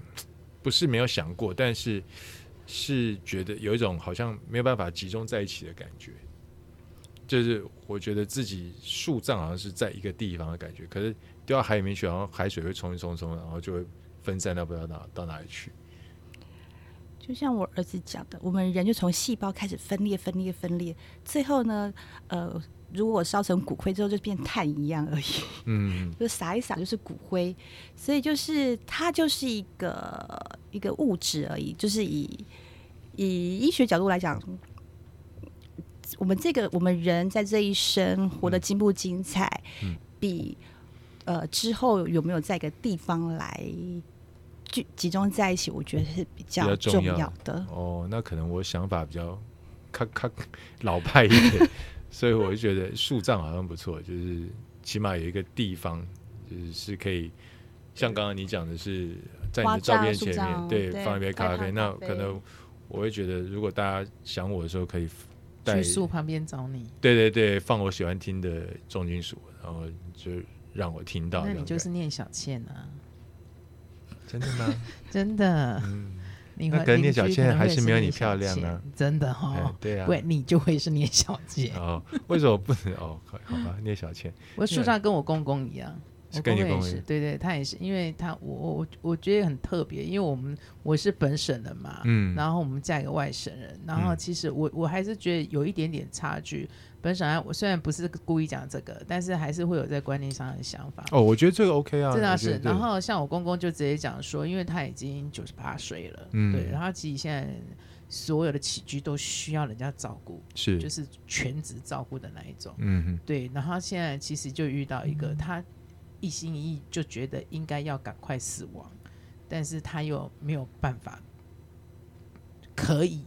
[SPEAKER 1] 不是没有想过，但是。是觉得有一种好像没有办法集中在一起的感觉。就是我觉得自己树葬好像是在一个地方的感觉，可是丢到海里面去，好像海水会冲一冲冲，然后就会分散到不知道哪到哪里去。
[SPEAKER 4] 就像我儿子讲的，我们人就从细胞开始分裂、分裂、分裂，最后呢，呃，如果烧成骨灰之后，就变碳一样而已，
[SPEAKER 1] 嗯，
[SPEAKER 4] 就撒一撒就是骨灰。所以就是它就是一个一个物质而已，就是以以医学角度来讲。我们这个，我们人在这一
[SPEAKER 2] 嗯
[SPEAKER 4] 生活得精不精彩，
[SPEAKER 1] 嗯
[SPEAKER 4] 比呃之后有没有在一个地方来聚集中在一起，我觉得是比较
[SPEAKER 1] 较重
[SPEAKER 4] 重
[SPEAKER 1] 要
[SPEAKER 4] 要的。
[SPEAKER 1] 哦，那可能我想法比较咔咔老派一点， 所以我就觉得树葬好像不错，就是起码有一个地方，就是是可以像刚刚你讲的是在你
[SPEAKER 4] 花
[SPEAKER 1] 的照
[SPEAKER 4] 葬
[SPEAKER 1] 片
[SPEAKER 4] 树
[SPEAKER 1] 前面，
[SPEAKER 4] 葬
[SPEAKER 1] 对，
[SPEAKER 4] 对
[SPEAKER 1] 放一杯
[SPEAKER 4] 放
[SPEAKER 1] 咖
[SPEAKER 4] 一
[SPEAKER 1] 啡，
[SPEAKER 4] 趟
[SPEAKER 1] 那
[SPEAKER 4] 咖啡
[SPEAKER 1] 可能我会觉得，如果大家想我的时候，可以带
[SPEAKER 2] 去树旁边找你，
[SPEAKER 1] 对对对，放我喜欢听的重金属，然后就让我听到这
[SPEAKER 2] 那
[SPEAKER 1] 样。
[SPEAKER 2] 你就是念小倩啊，
[SPEAKER 1] 真的吗？
[SPEAKER 2] 真的。
[SPEAKER 1] 嗯，
[SPEAKER 2] 你
[SPEAKER 1] 那
[SPEAKER 2] 会
[SPEAKER 1] 可能
[SPEAKER 2] 邻
[SPEAKER 1] 聂小
[SPEAKER 2] 居
[SPEAKER 1] 倩
[SPEAKER 2] 可能
[SPEAKER 1] 还
[SPEAKER 2] 会
[SPEAKER 1] 是
[SPEAKER 2] 是
[SPEAKER 1] 没有
[SPEAKER 2] 聂
[SPEAKER 1] 你
[SPEAKER 2] 小
[SPEAKER 1] 漂亮
[SPEAKER 2] 倩
[SPEAKER 1] 啊，
[SPEAKER 2] 真的哈、
[SPEAKER 1] 哎对啊
[SPEAKER 2] 喂，你就会是聂小倩。
[SPEAKER 1] 哦，为什么不能？哦，好好吧，聂小 倩，
[SPEAKER 2] 我树上跟我公公一样，
[SPEAKER 1] 是
[SPEAKER 2] 我
[SPEAKER 1] 跟
[SPEAKER 2] 公
[SPEAKER 1] 你
[SPEAKER 2] 公也
[SPEAKER 1] 公一
[SPEAKER 2] 是，
[SPEAKER 1] 样
[SPEAKER 2] 对对，他也是，因为他我我我我觉得很特别，因为我们我是本省人嘛，
[SPEAKER 1] 嗯
[SPEAKER 2] 然后我们嫁一个外省人，然后
[SPEAKER 1] 嗯
[SPEAKER 2] 其实我我还是觉得有一点点差距。本省人我虽然不是故意讲这个，但是还是会有在观念上的想法。
[SPEAKER 1] 哦，我觉得这个 OK 啊，
[SPEAKER 2] 这倒
[SPEAKER 1] 我觉
[SPEAKER 2] 是
[SPEAKER 1] 得，对
[SPEAKER 2] 然后像我公公就直接讲说，因为他已经九十八岁了，
[SPEAKER 1] 嗯
[SPEAKER 2] 对，然后其实现在所有的起居都需要人家照顾，
[SPEAKER 1] 是，
[SPEAKER 2] 就是全职照顾的那一种。
[SPEAKER 1] 嗯哼，
[SPEAKER 2] 对，然后现在其实就遇到一个，他一心一意就觉得应该要赶快死亡，但是他又没有办法可以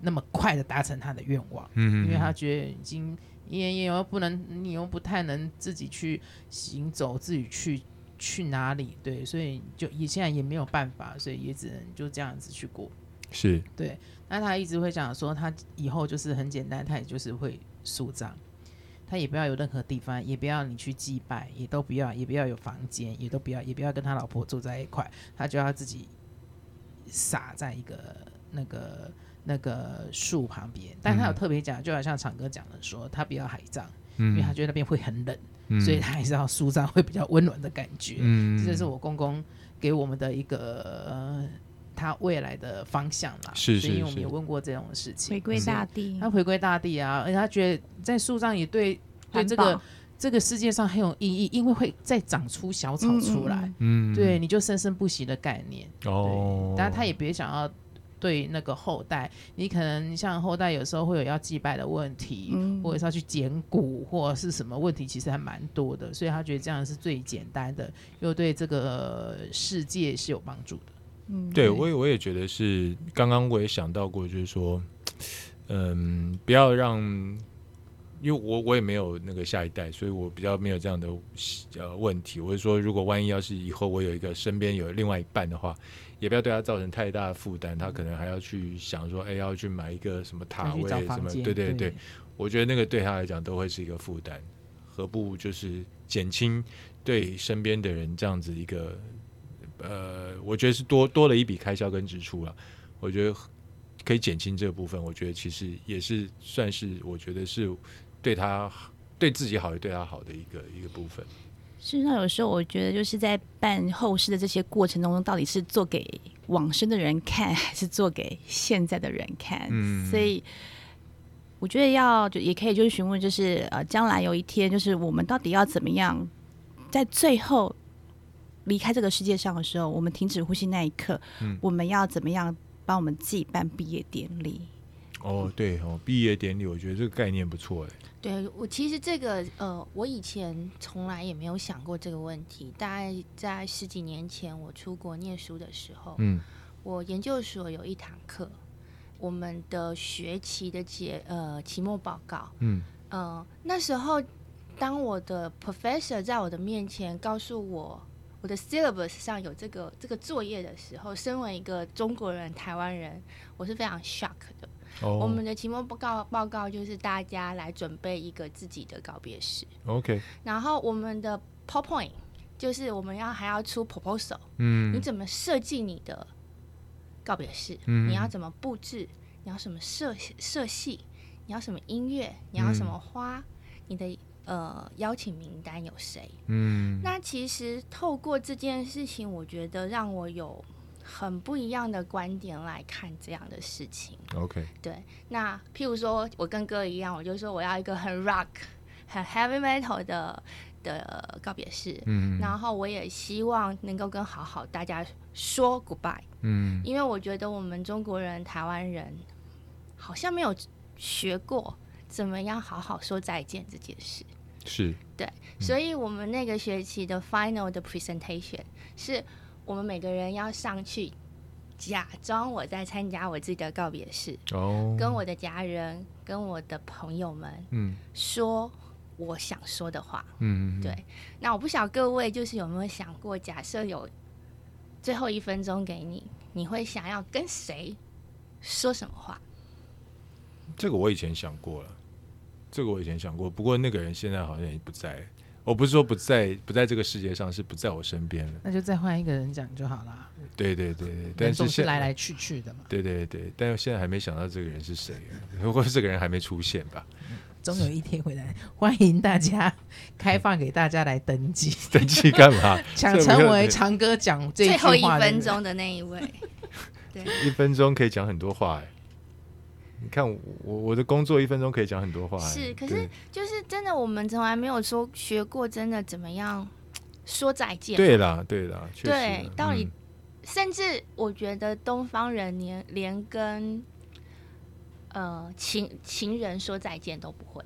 [SPEAKER 2] 那么快的达成他的愿望，
[SPEAKER 1] 嗯哼，
[SPEAKER 2] 因为他觉得已经也也又不能，你又不太能自己去行走，自己去去哪里，对，所以就也现在也没有办法，所以也只能就这样子去过。
[SPEAKER 1] 是，
[SPEAKER 2] 那他一直会讲说，他以后就是很简单，他也就是会树葬，他也不要有任何地方，也不要你去祭拜，也都不要，也不要有房间，也都不要，也不要跟他老婆住在一块，他就要自己撒在一个那个那个树旁边。但他有
[SPEAKER 1] 嗯
[SPEAKER 2] 特别讲，就好像长哥讲的说，他不要海葬，因
[SPEAKER 1] 嗯，
[SPEAKER 2] 为他觉得那边会很冷，
[SPEAKER 1] 嗯
[SPEAKER 2] 所以他还是要树葬会比较温暖的感觉。
[SPEAKER 1] 嗯，
[SPEAKER 2] 这就是我公公给我们的一个、呃他未来的方向啦。
[SPEAKER 1] 是
[SPEAKER 2] 所
[SPEAKER 1] 是
[SPEAKER 2] 以我们
[SPEAKER 1] 是
[SPEAKER 2] 也问过这种事情，
[SPEAKER 4] 回归大地，
[SPEAKER 2] 他回归大地啊，而且他觉得在树上也对对
[SPEAKER 4] 环
[SPEAKER 2] 这
[SPEAKER 4] 保
[SPEAKER 2] 个这个世界上很有意义，因为会再长出小草
[SPEAKER 4] 嗯嗯
[SPEAKER 2] 出来，
[SPEAKER 1] 嗯，
[SPEAKER 4] 嗯
[SPEAKER 2] 对，你就生生不息的概念。
[SPEAKER 1] 哦，
[SPEAKER 2] 但他也别想要对那个后代，你可能像后代有时候会有要祭拜的问题，
[SPEAKER 4] 嗯
[SPEAKER 2] 或者是要去捡骨或者是什么问题，其实还蛮多的，所以他觉得这样是最简单的，又对这个世界是有帮助的。
[SPEAKER 4] 嗯
[SPEAKER 1] 对我也我也觉得是，刚刚我也想到过，就是说，嗯，不要让，因为我我也没有那个下一代，所以我比较没有这样的呃问题。我是说，如果万一要是以后我有一个身边有另外一半的话，也不要对他造成太大的负担，他可能还要去想说，哎，要去买一个什么塔
[SPEAKER 2] 再去
[SPEAKER 1] 位
[SPEAKER 2] 找
[SPEAKER 1] 什
[SPEAKER 2] 房
[SPEAKER 1] 么，
[SPEAKER 2] 间，
[SPEAKER 1] 对对
[SPEAKER 2] 对
[SPEAKER 1] 对，我觉得那个对他来讲都会是一个负担，何不就是减轻对身边的人这样子一个，呃，我觉得是多多了一笔开销跟支出了。我觉得可以减轻这个部分，我觉得其实也是算是我觉得是对他对自己好也对他好的一个一个部分。
[SPEAKER 4] 事实上，有时候我觉得就是在办后事的这些过程中，到底是做给往生的人看，还是做给现在的人看？
[SPEAKER 1] 嗯
[SPEAKER 4] 所以我觉得要就也可以就是询问，就是呃，将来有一天，就是我们到底要怎么样，在最后离开这个世界上的时候，我们停止呼吸那一刻，
[SPEAKER 1] 嗯
[SPEAKER 4] 我们要怎么样帮我们自己办毕业典礼？
[SPEAKER 1] 哦，对哦，毕业典礼，我觉得这个概念不错哎。
[SPEAKER 3] 对我其实这个呃，我以前从来也没有想过这个问题。大概在十几年前，我出国念书的时候，
[SPEAKER 1] 嗯
[SPEAKER 3] 我研究所有一堂课，我们的学期的结呃期末报告，
[SPEAKER 1] 嗯
[SPEAKER 3] 嗯，那时候当我的 professor 在我的面前告诉我我的 syllabus 上有这个这个作业的时候，身为一个中国人、台湾人，我是非常 shock 的。
[SPEAKER 1] 哦，
[SPEAKER 3] 我们的期末报告报告就是大家来准备一个自己的告别式，
[SPEAKER 1] OK，
[SPEAKER 3] 然后我们的 PowerPoint 就是我们要还要出 proposal，、你
[SPEAKER 1] 嗯
[SPEAKER 3] 怎么设计你的告别式？
[SPEAKER 1] 嗯
[SPEAKER 3] 你要怎么布置？你要什么色色系？你你要什么音乐，你要什么花，你的呃邀请名单有谁？
[SPEAKER 1] 嗯
[SPEAKER 3] 那其实透过这件事情，我觉得让我有很不一样的观点来看这样的事情。
[SPEAKER 1] ，OK，
[SPEAKER 3] 对，那譬如说我跟哥一样，我就说我要一个很 rock、很 heavy metal 的的告别式。
[SPEAKER 1] 嗯
[SPEAKER 3] 然后我也希望能够跟好好大家说 goodbye，
[SPEAKER 1] 嗯
[SPEAKER 3] 因为我觉得我们中国人、台湾人好像没有学过怎么样好好说再见这件事。
[SPEAKER 1] 是嗯
[SPEAKER 3] 所以我们那个学期的 final 的 presentation 是我们每个人要上去，假装我在参加我自己的告别式，
[SPEAKER 1] 哦，
[SPEAKER 3] 跟我的家人、跟我的朋友们
[SPEAKER 1] 嗯
[SPEAKER 3] 说我想说的话。
[SPEAKER 1] 嗯
[SPEAKER 3] 对那我不晓得各位就是有没有想过，假设有最后一分钟给你，你会想要跟谁说什么话？
[SPEAKER 1] 这个我以前想过了，这个我以前想过，不过那个人现在好像也不在了。我不是说不在不在这个世界上，是不在我身边了。
[SPEAKER 2] 那就再换一个人讲就好啦。
[SPEAKER 1] 对对对对，但
[SPEAKER 2] 人
[SPEAKER 1] 是
[SPEAKER 2] 总是
[SPEAKER 1] 现
[SPEAKER 2] 来来去去的嘛，
[SPEAKER 1] 对对对，但是现在还没想到这个人是谁，或者这个人还没出现吧？
[SPEAKER 2] 总有一天会来。欢迎大家开放给大家来登 记，
[SPEAKER 1] 登记干嘛？
[SPEAKER 2] 想
[SPEAKER 1] 这不
[SPEAKER 2] 成
[SPEAKER 1] 要
[SPEAKER 2] 为
[SPEAKER 1] 对
[SPEAKER 2] 长哥讲这
[SPEAKER 3] 最
[SPEAKER 2] 句
[SPEAKER 3] 后一
[SPEAKER 2] 话的人
[SPEAKER 3] 分，钟的那一位，
[SPEAKER 1] 一分钟可以讲很多话哎、你看我我的工作一分钟可以讲很多话、哎
[SPEAKER 3] 是可
[SPEAKER 1] 对
[SPEAKER 3] 是 就是真的，我们从来没有说学过真的怎么样说再见。
[SPEAKER 1] 对啦对啦，确实啦
[SPEAKER 3] 对道理
[SPEAKER 1] 嗯
[SPEAKER 3] 甚至我觉得东方人连连跟呃情情人说再见都不会，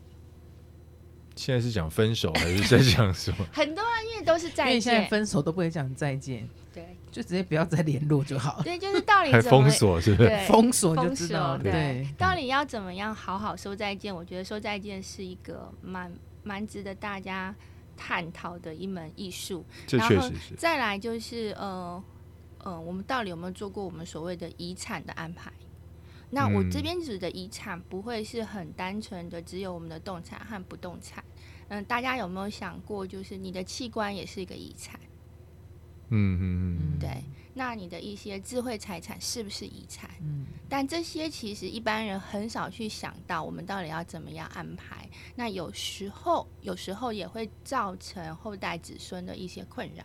[SPEAKER 1] 现在是讲分手还是在讲什么？
[SPEAKER 3] 很多人因为都是
[SPEAKER 2] 因
[SPEAKER 3] 再
[SPEAKER 2] 为现在
[SPEAKER 3] 见，
[SPEAKER 2] 分手都不会讲再见，
[SPEAKER 3] 对
[SPEAKER 2] 就直接不要再联络就好了，
[SPEAKER 3] 对，就是道理
[SPEAKER 1] 还
[SPEAKER 3] 怎么
[SPEAKER 1] 封锁是不是？
[SPEAKER 3] 对
[SPEAKER 2] 封锁就知道了。
[SPEAKER 3] 封锁
[SPEAKER 2] 对，
[SPEAKER 3] 到底要怎么样好好说再见？我觉得说再见是一个蛮蛮值得大家探讨的一门艺术。
[SPEAKER 1] 这
[SPEAKER 3] 然
[SPEAKER 1] 确
[SPEAKER 3] 后
[SPEAKER 1] 实是。
[SPEAKER 3] 再来就是呃呃，我们到底有没有做过我们所谓的遗产的安排？那我这
[SPEAKER 1] 嗯
[SPEAKER 3] 边指的遗产不会是很单纯的只有我们的动产和不动产。嗯，大家有没有想过，就是你的器官也是一个遗产？
[SPEAKER 1] 嗯嗯嗯，
[SPEAKER 3] 对，那你的一些智慧财产是不是遗产？
[SPEAKER 2] 嗯，
[SPEAKER 3] 但这些其实一般人很少去想到，我们到底要怎么样安排。那有时候，有时候也会造成后代子孙的一些困扰。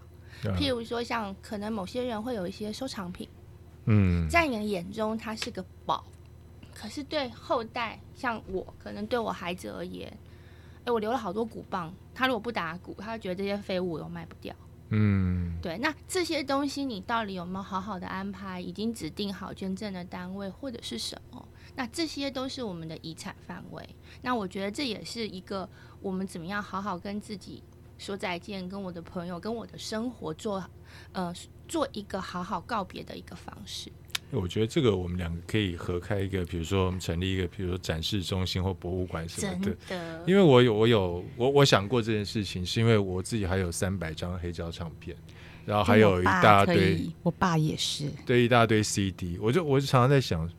[SPEAKER 1] 啊
[SPEAKER 3] 譬如说，像可能某些人会有一些收藏品，
[SPEAKER 1] 嗯，
[SPEAKER 3] 在你的眼中它是个宝，可是对后代，像我，可能对我孩子而言，哎，我留了好多鼓棒，他如果不打鼓，他就觉得这些废物我卖不掉。
[SPEAKER 1] 嗯
[SPEAKER 3] 对，那这些东西你到底有没有好好的安排？已经指定好捐赠的单位或者是什么？那这些都是我们的遗产范围。那我觉得这也是一个我们怎么样好好跟自己说再见，跟我的朋友，跟我的生活做，呃，做一个好好告别的一个方式。
[SPEAKER 1] 我觉得这个我们两个可以合开一个，比如说我们成立一个，比如说展示中心或博物馆什么
[SPEAKER 3] 真
[SPEAKER 1] 的。
[SPEAKER 3] 的，
[SPEAKER 1] 因为我有我有我我想过这件事情，是因为我自己还有三百张黑胶唱片，然哦后还有一大
[SPEAKER 3] 哦
[SPEAKER 1] 堆，
[SPEAKER 4] 我爸也是，
[SPEAKER 1] 对一大堆 CD，我就我就常常在想，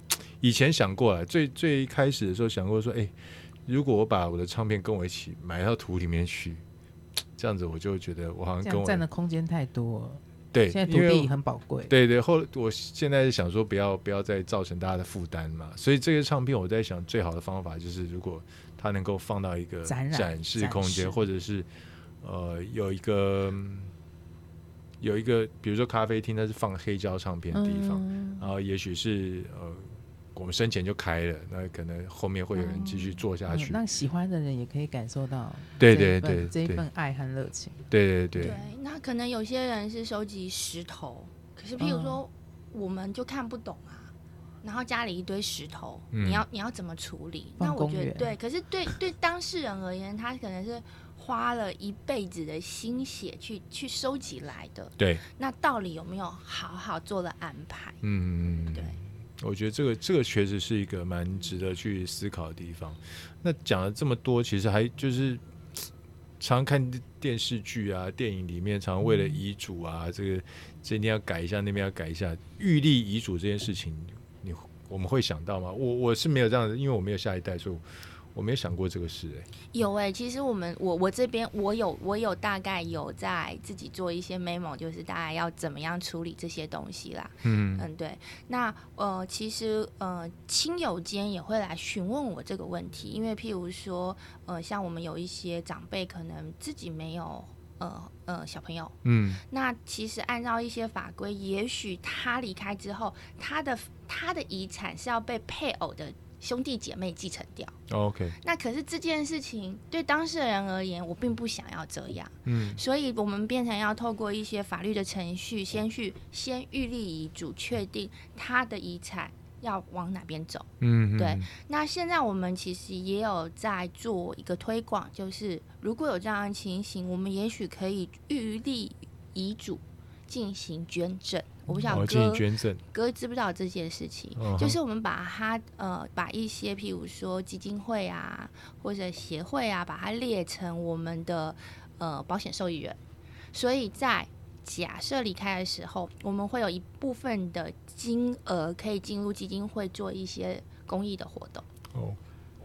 [SPEAKER 1] 以前想过啊，最最开始的时候想过说，哎，如果我把我的唱片跟我一起埋到土里面去，这样子我就觉得我好像
[SPEAKER 2] 这
[SPEAKER 1] 跟
[SPEAKER 2] 样占
[SPEAKER 1] 我
[SPEAKER 2] 的空间太多了，
[SPEAKER 1] 对，
[SPEAKER 2] 现在土
[SPEAKER 1] 因为
[SPEAKER 2] 地很宝贵。
[SPEAKER 1] 对对，后我现在是想说不要不要再造成大家的负担嘛，所以这个唱片我在想最好的方法就是如果它能够放到一个
[SPEAKER 2] 展览
[SPEAKER 1] 展示
[SPEAKER 2] 展
[SPEAKER 1] 空
[SPEAKER 2] 示
[SPEAKER 1] 间，或者是呃有一个嗯有一个比如说咖啡厅，它是放黑胶唱片的地方，
[SPEAKER 2] 嗯
[SPEAKER 1] 然后也许是呃我们生前就开了，那可能后面会有人继续做下
[SPEAKER 2] 嗯
[SPEAKER 1] 去，
[SPEAKER 2] 让喜欢的人也可以感受到
[SPEAKER 1] 对
[SPEAKER 2] 这
[SPEAKER 1] 对
[SPEAKER 2] 一份
[SPEAKER 1] 对
[SPEAKER 2] 这一
[SPEAKER 1] 对
[SPEAKER 2] 份爱和热情。
[SPEAKER 1] 对对对
[SPEAKER 3] 对，那可能有些人是收集石头，可是譬如说我们就看不懂啊，然后家里一堆石头，
[SPEAKER 1] 嗯
[SPEAKER 3] 你要你要怎么处理？
[SPEAKER 2] 放
[SPEAKER 3] 那我觉
[SPEAKER 2] 公
[SPEAKER 3] 得
[SPEAKER 2] 园
[SPEAKER 3] 对，可是对对当事人而言，他可能是花了一辈子的心血去去收集来的，
[SPEAKER 1] 对，
[SPEAKER 3] 那到底有没有好好做了安排？
[SPEAKER 1] 嗯，
[SPEAKER 3] 对。
[SPEAKER 1] 我觉得这个这个确实是一个蛮值得去思考的地方。那讲了这么多，其实还就是常看电视剧啊、电影里面，常为了遗嘱啊，这个这边要改一下，那边要改一下，预立遗嘱这件事情，你我们会想到吗？我我是没有这样的，因为我没有下一代，所以我我没有想过这个事、欸，
[SPEAKER 3] 有哎、其实我们我我这边我有我有大概有在自己做一些 memo，就是大概要怎么样处理这些东西啦。
[SPEAKER 1] 嗯
[SPEAKER 3] 嗯，对。那呃，其实呃，亲友间也会来询问我这个问题，因为譬如说呃，像我们有一些长辈可能自己没有呃呃小朋友，
[SPEAKER 1] 嗯
[SPEAKER 3] 那其实按照一些法规，也许他离开之后，他的他的遗产是要被配偶的兄弟姐妹继承掉。
[SPEAKER 1] 哦，OK，
[SPEAKER 3] 那可是这件事情对当事人而言，我并不想要这样，
[SPEAKER 1] 嗯
[SPEAKER 3] 所以我们变成要透过一些法律的程序，先去先预立遗嘱，确定他的遗产要往哪边走。
[SPEAKER 1] 嗯，
[SPEAKER 3] 对那现在我们其实也有在做一个推广，就是如果有这样的情形，我们也许可以预立遗嘱进行捐赠。我不晓
[SPEAKER 1] 我
[SPEAKER 3] 得
[SPEAKER 1] 建
[SPEAKER 3] 哥
[SPEAKER 1] 议捐赠，
[SPEAKER 3] 哥知不知道这件事情
[SPEAKER 1] 嗯哼
[SPEAKER 3] 就是我们把它呃把一些譬如说基金会啊或者协会啊，把它列成我们的呃保险受益人，所以在假设离开的时候，我们会有一部分的金额可以进入基金会做一些公益的活动。
[SPEAKER 1] 哦，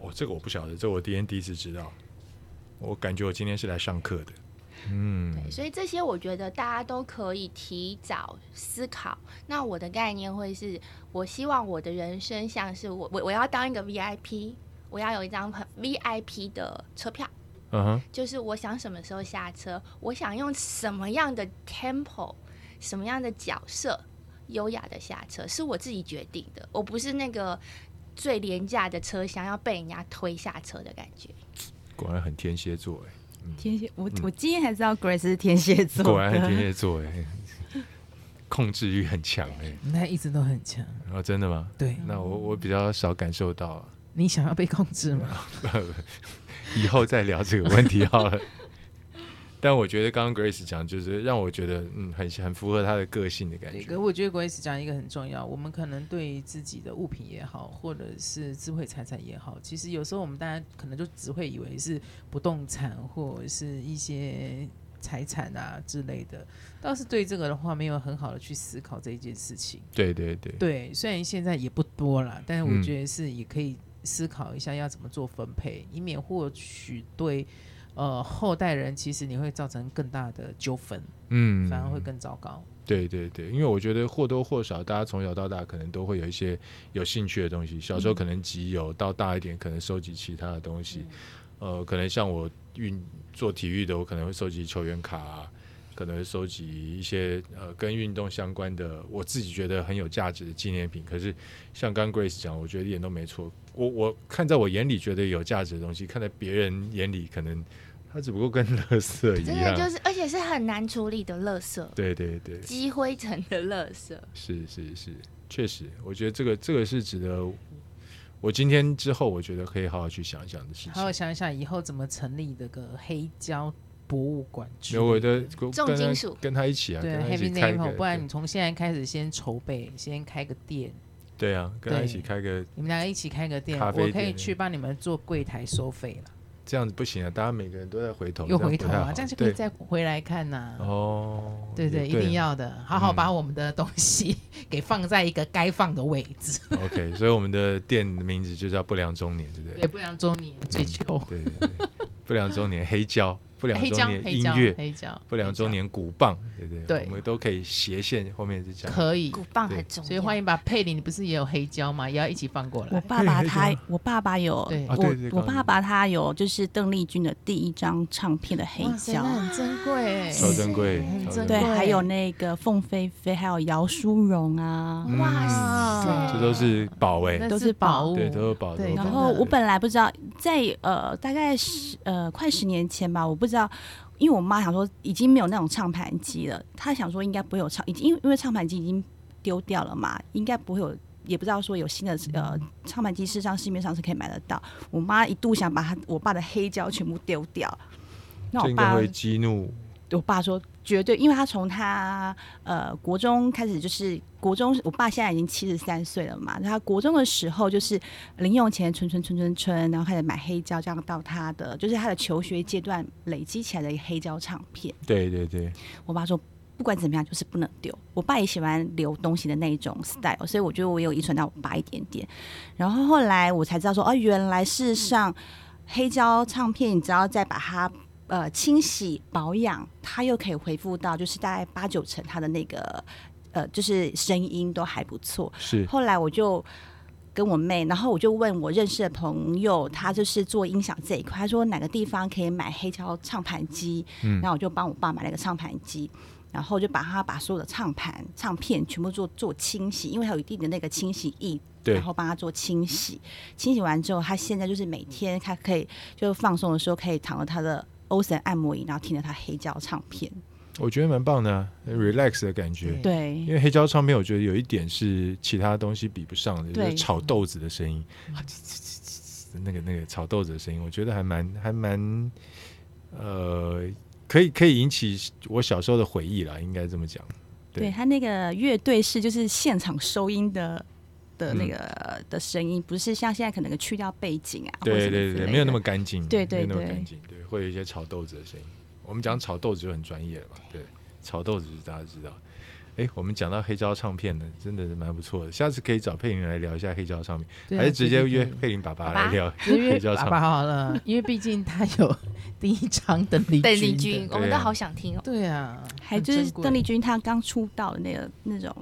[SPEAKER 1] 哦，这个我不晓得，这我今天第一次知道，我感觉我今天是来上课的，嗯
[SPEAKER 3] 对，所以这些我觉得大家都可以提早思考。那我的概念会是，我希望我的人生像是我我我要当一个 VIP，我要有一张很 VIP 的车票，
[SPEAKER 1] 嗯哼，
[SPEAKER 3] 就是我想什么时候下车，我想用什么样的 tempo，什么样的角色，优雅的下车，是我自己决定的，我不是那个最廉价的车厢要被人家推下车的感觉。
[SPEAKER 1] 果然很天蝎座哎、
[SPEAKER 4] 天蝎，我我今天还知道 Grace 是天蝎座，
[SPEAKER 1] 果然很天蝎座哎、控制欲很强哎、
[SPEAKER 2] 那一直都很强。
[SPEAKER 1] 然后真的吗？
[SPEAKER 2] 对
[SPEAKER 1] 那我我比较少感受到、 啊，
[SPEAKER 2] 你想要被控制吗？
[SPEAKER 1] 以后再聊这个问题好了。 但我觉得刚刚 Grace 讲，就是让我觉得嗯，很很符合她的个性的感
[SPEAKER 2] 对，
[SPEAKER 1] 觉。
[SPEAKER 2] 可我觉得 Grace 讲一个很重要，我们可能对于自己的物品也好，或者是智慧财产也好，其实有时候我们大家可能就只会以为是不动产或者是一些财产啊之类的，倒是对这个的话没有很好的去思考这一件事情。
[SPEAKER 1] 对对对，
[SPEAKER 2] 对，虽然现在也不多了，但是我
[SPEAKER 1] 嗯
[SPEAKER 2] 觉得是也可以思考一下要怎么做分配，以免或许对呃后代人其实你会造成更大的纠纷，
[SPEAKER 1] 嗯，
[SPEAKER 2] 反而会更糟糕。
[SPEAKER 1] 对对对，因为我觉得或多或少，大家从小到大可能都会有一些有兴趣的东西。小
[SPEAKER 3] 嗯
[SPEAKER 1] 时候可能集邮，到大一点可能收集其他的东西。
[SPEAKER 3] 嗯
[SPEAKER 1] 呃，可能像我运做体育的，我可能会收集球员卡、啊，可能会收集一些呃跟运动相关的，我自己觉得很有价值的纪念品。可是像刚 Grace 讲，我觉得一点都没错。我我看在我眼里觉得有价值的东西，看在别人眼里可能它只不过跟 垃圾一
[SPEAKER 3] 真的
[SPEAKER 1] 样。
[SPEAKER 3] 就是，而且是很难处理的垃圾，
[SPEAKER 1] 对对对。
[SPEAKER 3] 积灰尘的垃圾。
[SPEAKER 1] 是是是，确实，我觉得这个这个是值得我今天之后，我觉得可以好好去想一想的事
[SPEAKER 2] 还有
[SPEAKER 1] 情。
[SPEAKER 2] 想一想以后怎么成立这个黑胶博物馆之
[SPEAKER 1] 有我
[SPEAKER 2] 类的。
[SPEAKER 1] 的跟
[SPEAKER 3] 重金属
[SPEAKER 1] 跟他一起啊，
[SPEAKER 2] 对
[SPEAKER 1] 跟他一起
[SPEAKER 2] ，Happy
[SPEAKER 1] 开
[SPEAKER 2] Name，
[SPEAKER 1] 个，
[SPEAKER 2] 不然你从现在开始先筹备，先开个店，
[SPEAKER 1] 对啊，跟他一起
[SPEAKER 2] 对
[SPEAKER 1] 开个
[SPEAKER 2] 你们两个一起开个店，
[SPEAKER 1] 咖啡
[SPEAKER 2] 我可以
[SPEAKER 1] 店
[SPEAKER 2] 去帮你们做柜台收费了，
[SPEAKER 1] 这样子不行啊，大家每个人都在回头，
[SPEAKER 2] 又
[SPEAKER 1] 哦这样
[SPEAKER 2] 回
[SPEAKER 1] 不
[SPEAKER 2] 头
[SPEAKER 1] 太
[SPEAKER 2] 啊，
[SPEAKER 1] 好
[SPEAKER 2] 这样就可以
[SPEAKER 1] 对
[SPEAKER 2] 再回来看呐、
[SPEAKER 1] 哦，
[SPEAKER 2] 对对，
[SPEAKER 1] 也嗯
[SPEAKER 2] 一定。要的，好好把我们的东西 给放在一个该放的位 置，
[SPEAKER 1] OK，所以我们的店的名字就叫不良中年，对不
[SPEAKER 2] 对，
[SPEAKER 1] 对？
[SPEAKER 2] 不良中年追求
[SPEAKER 1] 对对对，不良中年黑胶，不良
[SPEAKER 2] 黑
[SPEAKER 1] 中
[SPEAKER 2] 胶、
[SPEAKER 1] 年
[SPEAKER 2] 黑
[SPEAKER 1] 音
[SPEAKER 2] 胶、
[SPEAKER 1] 乐，
[SPEAKER 2] 黑胶，
[SPEAKER 1] 不良中年鼓棒，对不对？
[SPEAKER 2] 对
[SPEAKER 1] 我们都可以斜线后面是这样。
[SPEAKER 2] 可以
[SPEAKER 3] 鼓，棒
[SPEAKER 1] 对
[SPEAKER 3] 很重要，
[SPEAKER 2] 所以欢迎把佩林，你不是也有黑胶吗？也要一起放过
[SPEAKER 4] 我
[SPEAKER 2] 来。
[SPEAKER 4] 爸爸他，我爸爸有，
[SPEAKER 2] 对
[SPEAKER 1] 啊对对
[SPEAKER 4] 我我
[SPEAKER 1] 刚刚
[SPEAKER 4] 爸爸他有，就是邓丽君的第一张唱片的黑
[SPEAKER 2] 哇塞，
[SPEAKER 4] 胶，
[SPEAKER 2] 那很珍贵
[SPEAKER 1] 超
[SPEAKER 2] 欸，
[SPEAKER 1] 珍贵，
[SPEAKER 3] 很
[SPEAKER 1] 超贵
[SPEAKER 3] 珍
[SPEAKER 4] 对，
[SPEAKER 3] 贵
[SPEAKER 4] 还有那个凤飞飞，还有姚淑荣啊。
[SPEAKER 3] 哇
[SPEAKER 2] 嗯
[SPEAKER 3] 塞，
[SPEAKER 1] 这都是宝哎、
[SPEAKER 2] 那
[SPEAKER 4] 都
[SPEAKER 2] 是
[SPEAKER 4] 是宝
[SPEAKER 2] 宝物，
[SPEAKER 1] 对，都是宝。都
[SPEAKER 2] 对
[SPEAKER 4] 哦然
[SPEAKER 1] 是宝
[SPEAKER 4] 后我本来不知道，在呃大概十呃快十年前吧，我不知道，因为我妈想说已经没有那种唱盘机了，她想说应该不会有唱，已经因为因为唱盘机已经丢掉了嘛，应该不会有，也不知道说有新的呃唱盘机，事实上市面上是可以买得到。我妈一度想把她我爸的黑胶全部丢掉，那
[SPEAKER 1] 这
[SPEAKER 4] 我
[SPEAKER 1] 应该
[SPEAKER 4] 爸
[SPEAKER 1] 会激怒，
[SPEAKER 4] 我爸说绝对，因为他从他呃国中开始就是国中，我爸现在已经七十三岁了嘛，他国中的时候就是呃零用钱存存存存存，然后开始买黑胶，这样到他的就是他的求学阶段累积起来的黑胶唱片。
[SPEAKER 1] 对对对，
[SPEAKER 4] 我爸说不管怎么样就是不能丢。我爸也喜欢留东西的那一种 style，所以我觉得我有遗传到我爸一点点。然后后来我才知道说，哦，原来事实上黑胶唱片，你只要再把它呃清洗保养，它又可以恢复到就是大概八九成它的那个呃就是声音都还不错。
[SPEAKER 1] 是
[SPEAKER 4] 后来我就跟我妹，然后我就问我认识的朋友，他就是做音响这一块，他说哪个地方可以买黑胶唱盘机，
[SPEAKER 1] 嗯
[SPEAKER 4] 然后我就帮我爸买了一个唱盘机。然后就把他把所有的唱盘、唱片全部做做清洗，因为它有一定的那个清洗液，
[SPEAKER 1] 对
[SPEAKER 4] 然后帮他做清洗。清洗完之后，他现在就是每天他可以就放松的时候，可以躺到他的欧神按摩椅，然后听着他黑胶唱片。
[SPEAKER 1] 我觉得蛮棒的、啊、，relax 的感觉。
[SPEAKER 4] 对
[SPEAKER 1] 因为黑胶唱片，我觉得有一点是其他东西比不上的，就是
[SPEAKER 4] 对嗯
[SPEAKER 1] 炒豆子的声音，啊那个那个炒豆子的声音，我觉得还蛮还蛮，呃，可以可以引起我小时候的回忆啦，应该这么讲。对
[SPEAKER 4] 对他那个乐队是就是现场收音的的
[SPEAKER 1] 嗯
[SPEAKER 4] 那个、的声音，不是像现在可能去掉背景啊，或者
[SPEAKER 1] 对
[SPEAKER 4] 什
[SPEAKER 1] 对
[SPEAKER 4] 么之类
[SPEAKER 1] 对，
[SPEAKER 4] 的
[SPEAKER 1] 没有那么干净，
[SPEAKER 4] 对对
[SPEAKER 1] 没有那么
[SPEAKER 4] 对
[SPEAKER 1] 干净，对，会有一些炒豆子的声音。我们讲炒豆子就很专业了嘛，对，炒豆子就是大家知道。哎，我们讲到黑胶唱片呢，真的是蛮不错的，下次可以找佩林来聊一下黑胶唱片，
[SPEAKER 2] 对啊
[SPEAKER 1] 还是直
[SPEAKER 2] 对
[SPEAKER 1] 接
[SPEAKER 2] 对
[SPEAKER 1] 约
[SPEAKER 2] 对
[SPEAKER 1] 佩林爸爸
[SPEAKER 3] 爸爸
[SPEAKER 1] 来聊
[SPEAKER 2] 直接
[SPEAKER 1] 黑胶
[SPEAKER 2] 爸
[SPEAKER 1] 唱
[SPEAKER 2] 爸
[SPEAKER 1] 片。
[SPEAKER 2] 好了，因为毕竟他有 第一张邓丽
[SPEAKER 3] 邓丽
[SPEAKER 2] 君
[SPEAKER 3] 君
[SPEAKER 2] 的，，
[SPEAKER 3] 我们
[SPEAKER 1] 对
[SPEAKER 3] 都
[SPEAKER 1] 啊
[SPEAKER 3] 好想听哦。
[SPEAKER 2] 对啊，
[SPEAKER 4] 还
[SPEAKER 2] 很
[SPEAKER 4] 就是
[SPEAKER 2] 珍贵
[SPEAKER 4] 邓丽君她刚出道的那个那种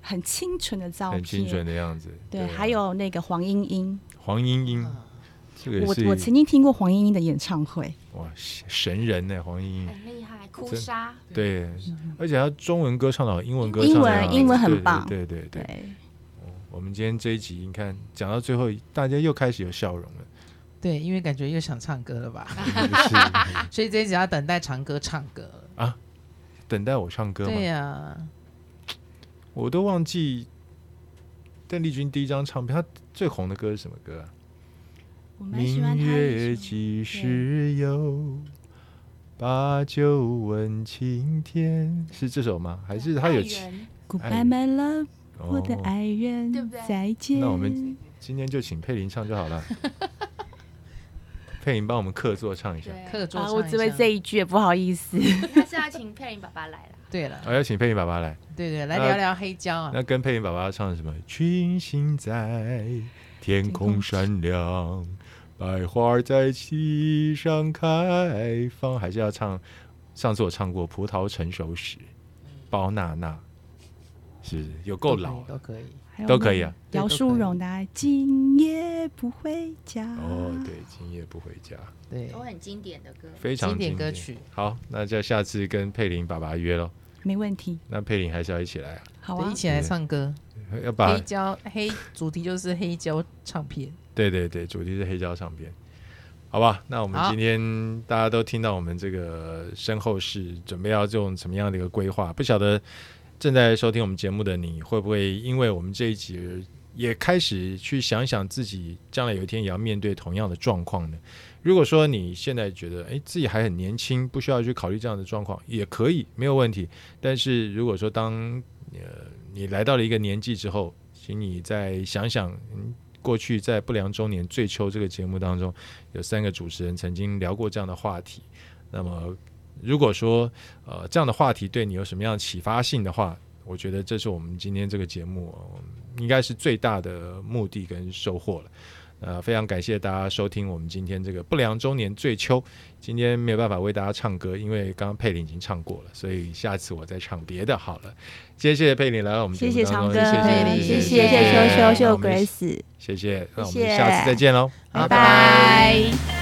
[SPEAKER 4] 很清纯的照片，
[SPEAKER 1] 很清纯的样子，
[SPEAKER 4] 对，
[SPEAKER 1] 啊
[SPEAKER 4] 还有那个黄莺莺，
[SPEAKER 1] 黄莺莺，
[SPEAKER 2] 嗯
[SPEAKER 1] 这个也
[SPEAKER 4] 我
[SPEAKER 1] 是
[SPEAKER 4] 我曾经听过黄莺莺的演唱会，
[SPEAKER 1] 哇神人呢，黄莺
[SPEAKER 4] 哎
[SPEAKER 1] 莺，
[SPEAKER 3] 很厉害，哭
[SPEAKER 1] 真
[SPEAKER 3] 砂，
[SPEAKER 1] 对，而且他中文歌唱的好，英文歌
[SPEAKER 4] 嗯英
[SPEAKER 1] 唱得
[SPEAKER 4] 文
[SPEAKER 1] 很好
[SPEAKER 4] 英文很
[SPEAKER 1] 对对
[SPEAKER 4] 棒
[SPEAKER 1] 对对对
[SPEAKER 4] 对，
[SPEAKER 1] 我们今天这一集，你看讲到最后，大家又开始有笑容了，
[SPEAKER 2] 对，因为感觉又想唱歌了吧，
[SPEAKER 1] 是不是
[SPEAKER 2] 所以这一集要等待长歌唱歌了。
[SPEAKER 1] 等待我唱歌
[SPEAKER 2] 对
[SPEAKER 1] 嘛？
[SPEAKER 2] 呀、
[SPEAKER 1] 我都忘记邓丽君第一张唱片，她最红的歌是什么歌啊？
[SPEAKER 4] 我蛮喜欢
[SPEAKER 1] 明
[SPEAKER 4] 她
[SPEAKER 1] 月
[SPEAKER 4] 的。
[SPEAKER 1] 几时有？把酒问青天，是这首吗？还是她有
[SPEAKER 3] 爱
[SPEAKER 1] 其？
[SPEAKER 3] 人
[SPEAKER 4] Goodbye my love，我的
[SPEAKER 1] 哦
[SPEAKER 4] 爱人，
[SPEAKER 3] 对不对
[SPEAKER 4] 再见。
[SPEAKER 1] 那我们今天就请佩林唱就好 了。佩林帮我们客座唱一下。
[SPEAKER 2] 客
[SPEAKER 3] 对，
[SPEAKER 2] 座唱
[SPEAKER 4] 啊，
[SPEAKER 2] 一
[SPEAKER 4] 我只会
[SPEAKER 2] 下
[SPEAKER 4] 这一句，不好意思。
[SPEAKER 3] 还是要请佩林爸爸来了。
[SPEAKER 2] 对了，
[SPEAKER 1] 哦我要请佩林爸爸来，
[SPEAKER 2] 对对，来
[SPEAKER 1] 哎那
[SPEAKER 2] 聊聊黑胶啊。
[SPEAKER 1] 那跟佩林爸爸唱什么？群星在天空闪亮，百花在溪上开放，还是要唱？上次我唱过《葡萄成熟时》，包娜娜，是不是有够老啊
[SPEAKER 2] 都可以，
[SPEAKER 4] 还有
[SPEAKER 1] 都可以
[SPEAKER 4] 那
[SPEAKER 1] 啊
[SPEAKER 4] 个姚
[SPEAKER 2] 对都可
[SPEAKER 4] 淑
[SPEAKER 2] 以
[SPEAKER 4] 荣的《今夜不回家》
[SPEAKER 1] 哦，对，今夜不回家，
[SPEAKER 2] 都可以
[SPEAKER 3] 都
[SPEAKER 2] 对，
[SPEAKER 3] 很经典的歌，
[SPEAKER 1] 非常
[SPEAKER 2] 经典
[SPEAKER 1] 经
[SPEAKER 2] 歌
[SPEAKER 1] 典
[SPEAKER 2] 曲。
[SPEAKER 1] 好，那就下次跟佩林爸爸约喽。
[SPEAKER 4] 没问题。
[SPEAKER 1] 那佩林还是要一起来啊，
[SPEAKER 4] 好
[SPEAKER 2] 对
[SPEAKER 4] 啊
[SPEAKER 2] 一，起来唱歌。
[SPEAKER 1] 要把
[SPEAKER 2] 黑胶黑主题就是黑胶唱片，
[SPEAKER 1] 对对对，主题是黑胶唱片，好吧？那我们
[SPEAKER 2] 好
[SPEAKER 1] 今天大家都听到我们这个身后事，准备要用什么样的一个规划？不晓得正在收听我们节目的你，会不会因为我们这一集而也开始去想想自己将来有一天也要面对同样的状况呢？如果说你现在觉得诶哎自己还很年轻，不需要去考虑这样的状况，也可以没有问题。但是如果说当呃你来到了一个年纪之后，请你再想想，嗯，过去在《不良中年最秋》这个节目当中，有三个主持人曾经聊过这样的话题。那么，如果说呃这样的话题对你有什么样的启发性的话，我觉得这是我们今天这个节目、呃应该是最大的目的跟收获了。呃，非常感谢大家收听我们今天这个《不良中年最秋》。今天没有办法为大家唱歌，因为刚刚佩林已经唱过了，所以下次我再唱别的好了。今天谢谢佩林来到我们节
[SPEAKER 4] 谢
[SPEAKER 1] 目
[SPEAKER 4] 谢
[SPEAKER 1] 当中，
[SPEAKER 4] 长哥，
[SPEAKER 2] 佩林
[SPEAKER 1] 谢
[SPEAKER 4] 谢
[SPEAKER 2] 谢
[SPEAKER 4] 谢
[SPEAKER 2] 谢
[SPEAKER 4] 秋秋
[SPEAKER 1] 那
[SPEAKER 4] 秀
[SPEAKER 1] 我们
[SPEAKER 4] Grace，
[SPEAKER 1] 谢谢，那我
[SPEAKER 4] 谢
[SPEAKER 1] 们
[SPEAKER 4] 谢
[SPEAKER 1] 下次再见喽，拜
[SPEAKER 2] 好拜
[SPEAKER 1] 拜。
[SPEAKER 4] 拜。